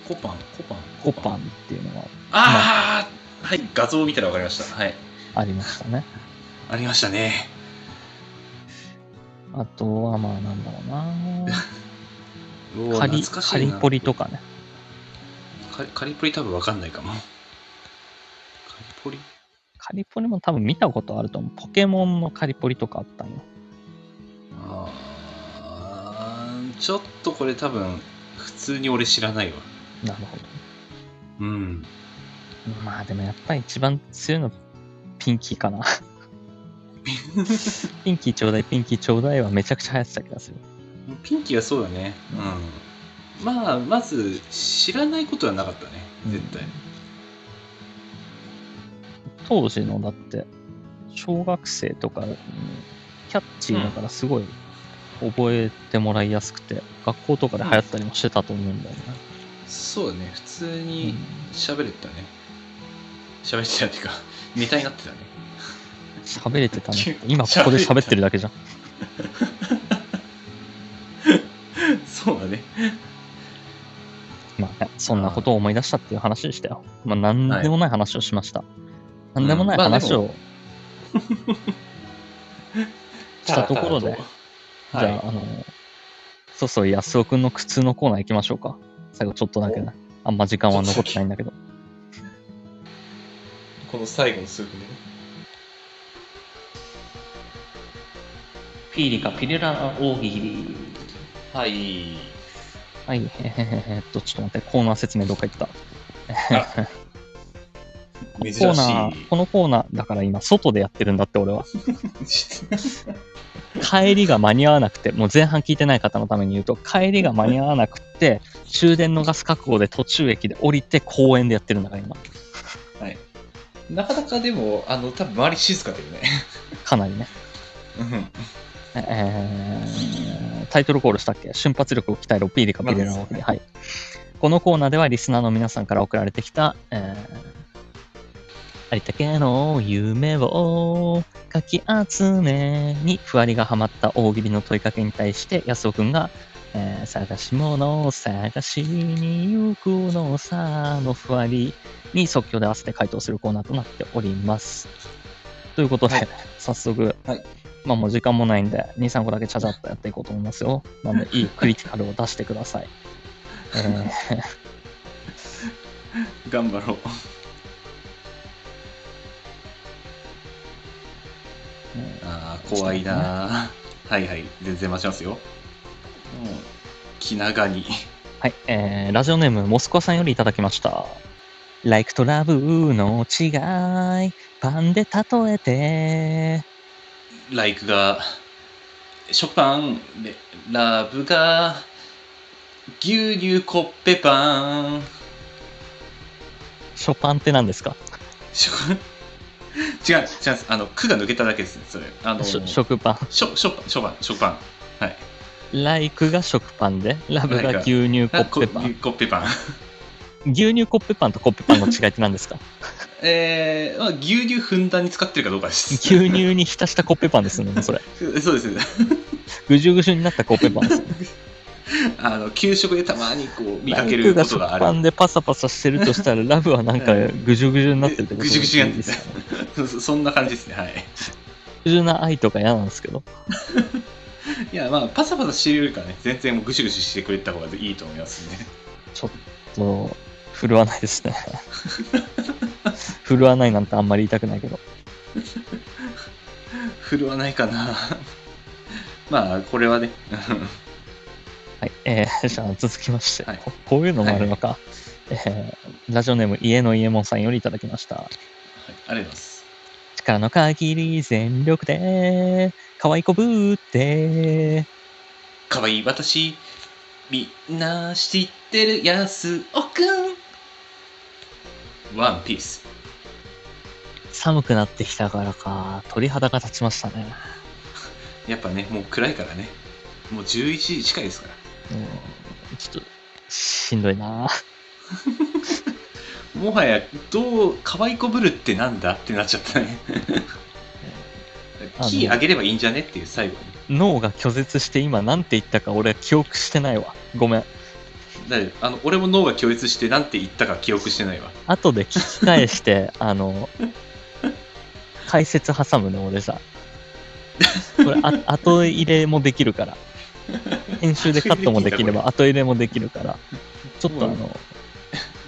[SPEAKER 2] コパンコパン
[SPEAKER 1] コパンっていうのが
[SPEAKER 2] ああはい画像を見たら分かりましたはい
[SPEAKER 1] ありましたね。
[SPEAKER 2] ありましたね
[SPEAKER 1] あとはまあなんだろう
[SPEAKER 2] [laughs] うおー
[SPEAKER 1] なカリ、
[SPEAKER 2] 懐かし
[SPEAKER 1] カ
[SPEAKER 2] い
[SPEAKER 1] リ
[SPEAKER 2] な
[SPEAKER 1] ポリとかね。
[SPEAKER 2] カリカリポリ多分分かんないかもカリポリ
[SPEAKER 1] カリポリも多分見たことあると思う。ポケモンのカリポリとかあったんよ。
[SPEAKER 2] あちょっとこれ多分普通に俺知らないわ
[SPEAKER 1] なるほど。
[SPEAKER 2] うん
[SPEAKER 1] まあでもやっぱり一番強いのピンキーか
[SPEAKER 2] [laughs]
[SPEAKER 1] な。ピンキーちょうだい、ピンキーちょうだいはめちゃくちゃ流行ってた気がする。
[SPEAKER 2] ピンキーはそうだねうんまあまず知らないことはなかったね絶対
[SPEAKER 1] 当時のだって、小学生とかにキャッチーだからすごい覚えてもらいやすくて、学校とかで流行ったりもしてたと思うんだよね。
[SPEAKER 2] そうだね普通
[SPEAKER 1] う
[SPEAKER 2] に喋れてたね喋ってたっていう [laughs] かネタになってたね
[SPEAKER 1] ん喋れてたのって今ここで喋ってるだけじゃん。
[SPEAKER 2] そうだね
[SPEAKER 1] まあね、そんなことを思い出したっていう話でしたよ。まあ、なんでもない話をしました。なんでもない話 [laughs] を、したところで、じ
[SPEAKER 2] ただただ
[SPEAKER 1] ゃ
[SPEAKER 2] と
[SPEAKER 1] あ、
[SPEAKER 2] はい
[SPEAKER 1] あの、そうそう、安尾くんの苦痛のコーナー行きましょうか。最後ちょっとだけね。あんま時間は残ってないんだけど。
[SPEAKER 2] この最後の数分でね
[SPEAKER 1] ピーリカ、ピリラ、大喜利。
[SPEAKER 2] はい
[SPEAKER 1] はい、えーっと、ちょっと待って、コーナー説明どっか行った。 [laughs]
[SPEAKER 2] 珍しい
[SPEAKER 1] コーナー、このコーナー、だから今、外でやってるんだって、俺は。帰りが間に合わなくて、もう前半聞いてない方のために言うと、帰りが間に合わなくて、終電のガス確保で途中駅で降りて公園でやってるんだから、今。
[SPEAKER 2] [laughs] はい、なかなかでもあの多分周り静かだよね
[SPEAKER 1] かなりね。えータイトルコールしたっけ瞬発力を鍛えるピーリカピレラの
[SPEAKER 2] まあ
[SPEAKER 1] はい。このコーナーではリスナーの皆さんから送られてきた、えー、有田家の夢をかき集めにふわりがはまった大喜利の問いかけに対して安尾くんが、えー探し物を探しに行くのさのふわりに即興で合わせて回答するコーナーとなっております。ということで、
[SPEAKER 2] はい
[SPEAKER 1] 早速、
[SPEAKER 2] はい
[SPEAKER 1] まあもう時間もないんで、2、3個だけちゃちゃっとやっていこうと思いますよ。なんで、いいクリティカルを出してください。 [laughs] えー
[SPEAKER 2] 頑張ろうあー怖いなーはいはい全然待ちますよもう気長に
[SPEAKER 1] はい、えー、ラジオネーム、モスコワさんよりいただきました。Like と Love の違い、パンで例えて、
[SPEAKER 2] ライクがショパンレラブが牛乳コッペパン
[SPEAKER 1] ショパンって何ですか、
[SPEAKER 2] ショ違う違うんですあの句が抜けただけですねそれあの
[SPEAKER 1] しょ
[SPEAKER 2] ショ
[SPEAKER 1] 食パン。
[SPEAKER 2] ショパンショパンショパンはい
[SPEAKER 1] Like が食パンで、Love が牛乳コッペパン。
[SPEAKER 2] コッペパン
[SPEAKER 1] 牛乳コッペパンとコッペパンの違いって何ですか
[SPEAKER 2] えーまあ、牛乳ふんだんに使ってるかどうかです。
[SPEAKER 1] 牛乳に浸したコッペパンですよね、それ。
[SPEAKER 2] そうですね。
[SPEAKER 1] ぐじゅぐじゅになったコッペ [laughs] パンですよね。
[SPEAKER 2] あの給食でたまにこう見かけることが
[SPEAKER 1] ライ
[SPEAKER 2] あ
[SPEAKER 1] クが食パン
[SPEAKER 2] る。
[SPEAKER 1] でパサパサしてるとしたら、ラブはなんかぐじゅぐじゅになってるってこと
[SPEAKER 2] ぐじゅぐじゅになって
[SPEAKER 1] です
[SPEAKER 2] た
[SPEAKER 1] かね。
[SPEAKER 2] そ [laughs] そんな感じですね。はい。
[SPEAKER 1] ぐじゅな愛とか嫌なんですけど。
[SPEAKER 2] いや、まあ、パサパサしてるよりかね、全然もうぐしゅぐしゅしてくれた方がいいと思いますね。
[SPEAKER 1] そう、振るわないですね。振るわないなんてあんまり言いたくないけど。
[SPEAKER 2] 振るわないかな。 [laughs] まあ、これはね。
[SPEAKER 1] はい、えー、じゃあ続きまして、
[SPEAKER 2] はい
[SPEAKER 1] ここういうのもあるのか。えーラジオネーム、家の家門さんよりいただきました。
[SPEAKER 2] ありがとうございます。
[SPEAKER 1] 力の限り全力で、可愛いこぶって。
[SPEAKER 2] かわいい私、みんな知ってるやすおくん。ワンピース。
[SPEAKER 1] 寒くなってきたからか、鳥肌が立ちましたね。
[SPEAKER 2] やっぱね、もう暗いからね。もう11時近いですから。
[SPEAKER 1] うん、ちょっと、しんどいな
[SPEAKER 2] もはやどう可愛いこぶるってなんだってなっちゃったね
[SPEAKER 1] あの
[SPEAKER 2] キー上げればいいんじゃねっていう最後に
[SPEAKER 1] 脳が拒絶して今なんて言ったか俺は記憶してないわ。ごめん。
[SPEAKER 2] だってあの俺も脳が拒絶してなんて言ったか記憶してないわ
[SPEAKER 1] 後で聞き返 [laughs] して、あの、解説挟むね、俺さ。これあ、 [laughs] 後入れもできるから。編集でカットもできれば、後入れもできるから。ちょっとあの、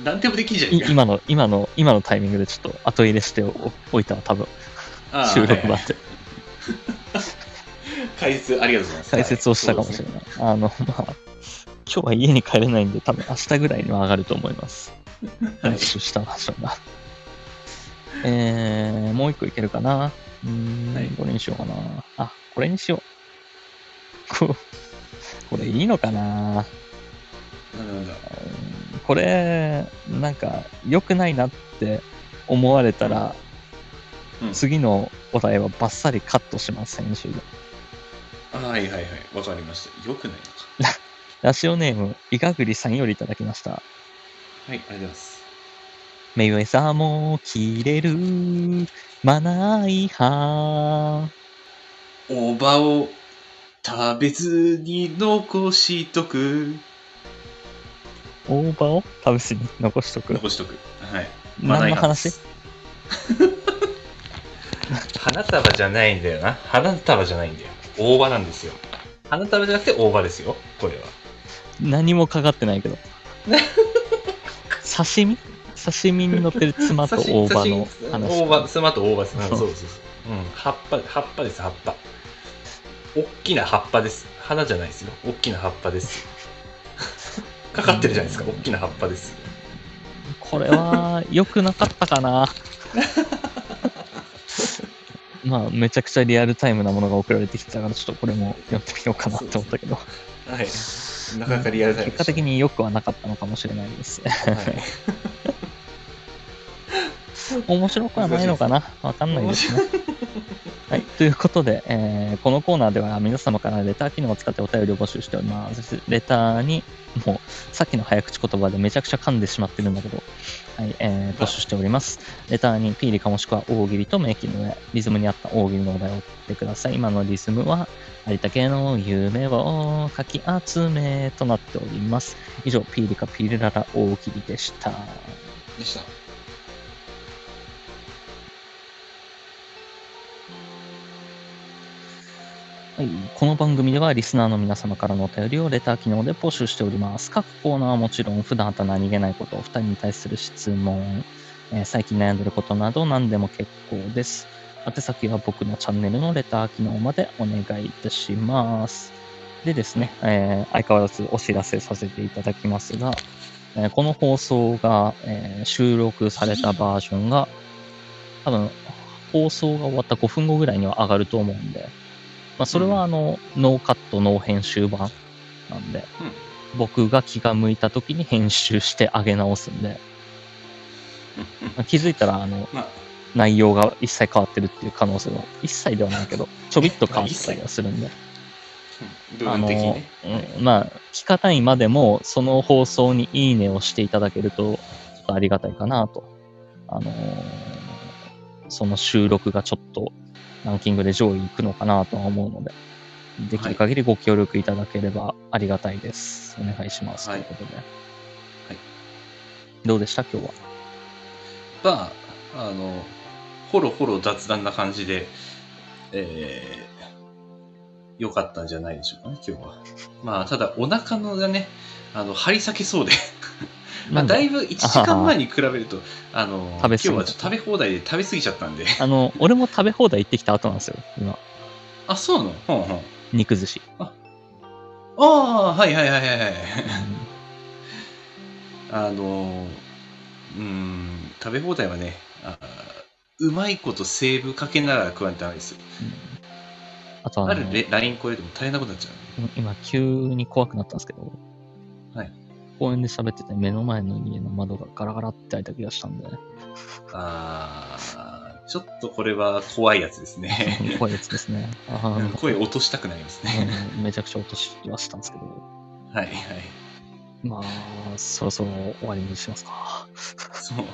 [SPEAKER 2] 何でもできんじゃん
[SPEAKER 1] い今の、今の、今のタイミングでちょっと後入れしておおいたわ、多分。収録版で。
[SPEAKER 2] 解説ありがとうございます
[SPEAKER 1] 解説をしたかもしれ
[SPEAKER 2] い、
[SPEAKER 1] ない。あの、まあ、今日は家に帰れないんで、多分明日ぐらいには上がると思います。
[SPEAKER 2] はい
[SPEAKER 1] 来週した場所が。えー、もう一個いけるかな。うーん、
[SPEAKER 2] はい
[SPEAKER 1] どれにしようかな。あ、これにしよう。ここれいいのかな
[SPEAKER 2] そうですねなんだなんだ
[SPEAKER 1] うんこれ、なんか、良くないなって思われたら、
[SPEAKER 2] うん
[SPEAKER 1] 次のお題はバッサリカットします、編集で。
[SPEAKER 2] あーはいはいはいわかりましたよくないのか
[SPEAKER 1] ラジオネーム、いがぐりさんよりいただきました。
[SPEAKER 2] はいありがとうございます
[SPEAKER 1] 目餌も切れる、マナー違反。
[SPEAKER 2] おばを食べずに残しとく
[SPEAKER 1] 大葉を食べずに残しとく。
[SPEAKER 2] 残しとくはい
[SPEAKER 1] 何の話
[SPEAKER 2] 花束じゃないんだよな花束じゃないんだよ大葉なんですよ花束じゃなくて大葉ですよこれは
[SPEAKER 1] 何もかかって
[SPEAKER 2] [laughs]
[SPEAKER 1] ないけど。刺身刺身に乗ってる妻と大葉の
[SPEAKER 2] 刺身
[SPEAKER 1] 話。
[SPEAKER 2] 大葉妻と大葉ですね
[SPEAKER 1] そう
[SPEAKER 2] そうですうん葉っぱ葉っぱです葉っぱ大きな葉っぱです花じゃないですよ大きな葉っぱです
[SPEAKER 1] [laughs]
[SPEAKER 2] かかってるじゃないですか大きな葉っぱです
[SPEAKER 1] これは良くなかったかな。まあ、めちゃくちゃリアルタイムなものが送られてきたから、ちょっとこれもやってみようかなと思ったけど。
[SPEAKER 2] はいなかなかリアルタイム
[SPEAKER 1] 結果的
[SPEAKER 2] に、
[SPEAKER 1] に良くはなかったのかもしれないです。
[SPEAKER 2] はい
[SPEAKER 1] 面白くはないのかなわかんないですね。はい。ということで、えーこのコーナーでは皆様からレター機能を使ってお便りを募集しております。レターに、もう、さっきの早口言葉でめちゃくちゃ噛んでしまってるんだけど、はい、えー募集しております。レターに、ピーリかもしくは大喜利と名機の上、リズムに合った大喜利のお題を送ってください。今のリズムは、有田家の夢をかき集めとなっております。以上、ピーリかピールララ大喜利でした。
[SPEAKER 2] でした
[SPEAKER 1] はい、この番組ではリスナーの皆様からのお便りをレター機能で募集しております。各コーナーはもちろん、普段と何気ないこと、お二人に対する質問、えー最近悩んでることなど何でも結構です。宛先は僕のチャンネルのレター機能までお願いいたします。でですね、えー相変わらずお知らせさせていただきますが、えーこの放送が、えー収録されたバージョンが、多分、放送が終わった5分後ぐらいには上がると思うんで、まあ、それはあの、ノーカット、ノー編集版なんで、
[SPEAKER 2] うん
[SPEAKER 1] 僕が気が向いた時に編集して上げ直すんで、まあ気づいたら、あの、
[SPEAKER 2] まあ
[SPEAKER 1] 内容が一切変わってるっていう可能性は、一切ではないけど、ちょびっと変わったりはするんで、
[SPEAKER 2] うん部分的にね
[SPEAKER 1] あの、うんまあ、聞かないまでも、その放送にいいねをしていただけると、ちょっとありがたいかなと。あのーその収録がちょっとランキングで上位行くのかなとは思うので、できる限りご協力いただければありがたいです。お願いします。
[SPEAKER 2] はい
[SPEAKER 1] ということで。
[SPEAKER 2] い
[SPEAKER 1] どうでした今日は。
[SPEAKER 2] まあ、あの、ほろほろ雑談な感じで、えー、良かったんじゃないでしょうかね、今日は。まあ、ただ、お腹のがね、あの、張り裂けそうで、まあ、
[SPEAKER 1] なんだ
[SPEAKER 2] だいぶ1時間前に比べると、あの、
[SPEAKER 1] 食べ過ぎ
[SPEAKER 2] 今
[SPEAKER 1] た
[SPEAKER 2] 日はちょっと食べ放題で食べ過ぎちゃったんで、
[SPEAKER 1] あの、俺も食べ放題行ってきた後なんですよ、今。
[SPEAKER 2] あ、そうなのほんほん。
[SPEAKER 1] 肉寿司。
[SPEAKER 2] ああ、はいはいはいはいはい。あの、うーん、食べ放題はね、あーうまいことセーブかけながら食わないとダメですよ。
[SPEAKER 1] あとは
[SPEAKER 2] あ
[SPEAKER 1] あの
[SPEAKER 2] るレライン超えても大変なことになっちゃう。
[SPEAKER 1] 今急に怖くなったんですけど、
[SPEAKER 2] はい
[SPEAKER 1] 公園で喋ってて目の前の家の窓がガラガラって開いた気がしたんで、
[SPEAKER 2] あーちょっとこれは怖いやつですね。
[SPEAKER 1] 怖いやつですね。あー
[SPEAKER 2] [laughs] 声落としたくなりますね。
[SPEAKER 1] うんめちゃくちゃ落としはしたんですけど、
[SPEAKER 2] はいはい。
[SPEAKER 1] まあ、そろそろ終わりにしますか。
[SPEAKER 2] そう。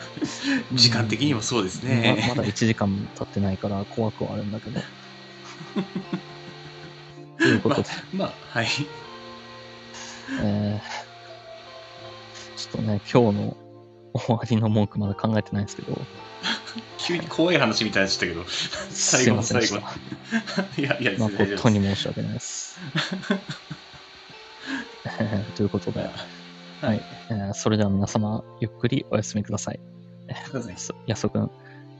[SPEAKER 2] [laughs] 時間的にもそうです
[SPEAKER 1] ま
[SPEAKER 2] ね。
[SPEAKER 1] まだ1時間経ってないから怖くはあるんだけ
[SPEAKER 2] [laughs]
[SPEAKER 1] ど。ということで、
[SPEAKER 2] まあ、はい。
[SPEAKER 1] えーちょっとね、今日の終わりの文句まだ考えてないんですけど、
[SPEAKER 2] 急に怖い話みたいになっちゃったけど、
[SPEAKER 1] す
[SPEAKER 2] 最
[SPEAKER 1] い
[SPEAKER 2] 後
[SPEAKER 1] ま
[SPEAKER 2] の
[SPEAKER 1] せんで
[SPEAKER 2] 最
[SPEAKER 1] し
[SPEAKER 2] 後の
[SPEAKER 1] た。。
[SPEAKER 2] [laughs] いやいや、大丈夫です
[SPEAKER 1] 誠に申し訳ないです。 [laughs] ということで、
[SPEAKER 2] はい。
[SPEAKER 1] えーそれでは皆様、ゆっくりお休みください。
[SPEAKER 2] そうですね
[SPEAKER 1] そやそくん、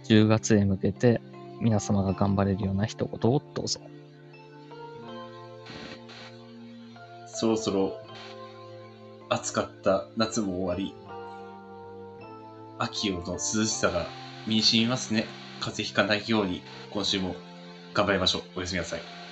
[SPEAKER 1] 10月へ向けて皆様が頑張れるような一言をどうぞ。
[SPEAKER 2] そろそろ暑かった夏も終わり、秋をの涼しさが身に染みますね。風邪ひかないように今週も頑張りましょう。おやすみなさい。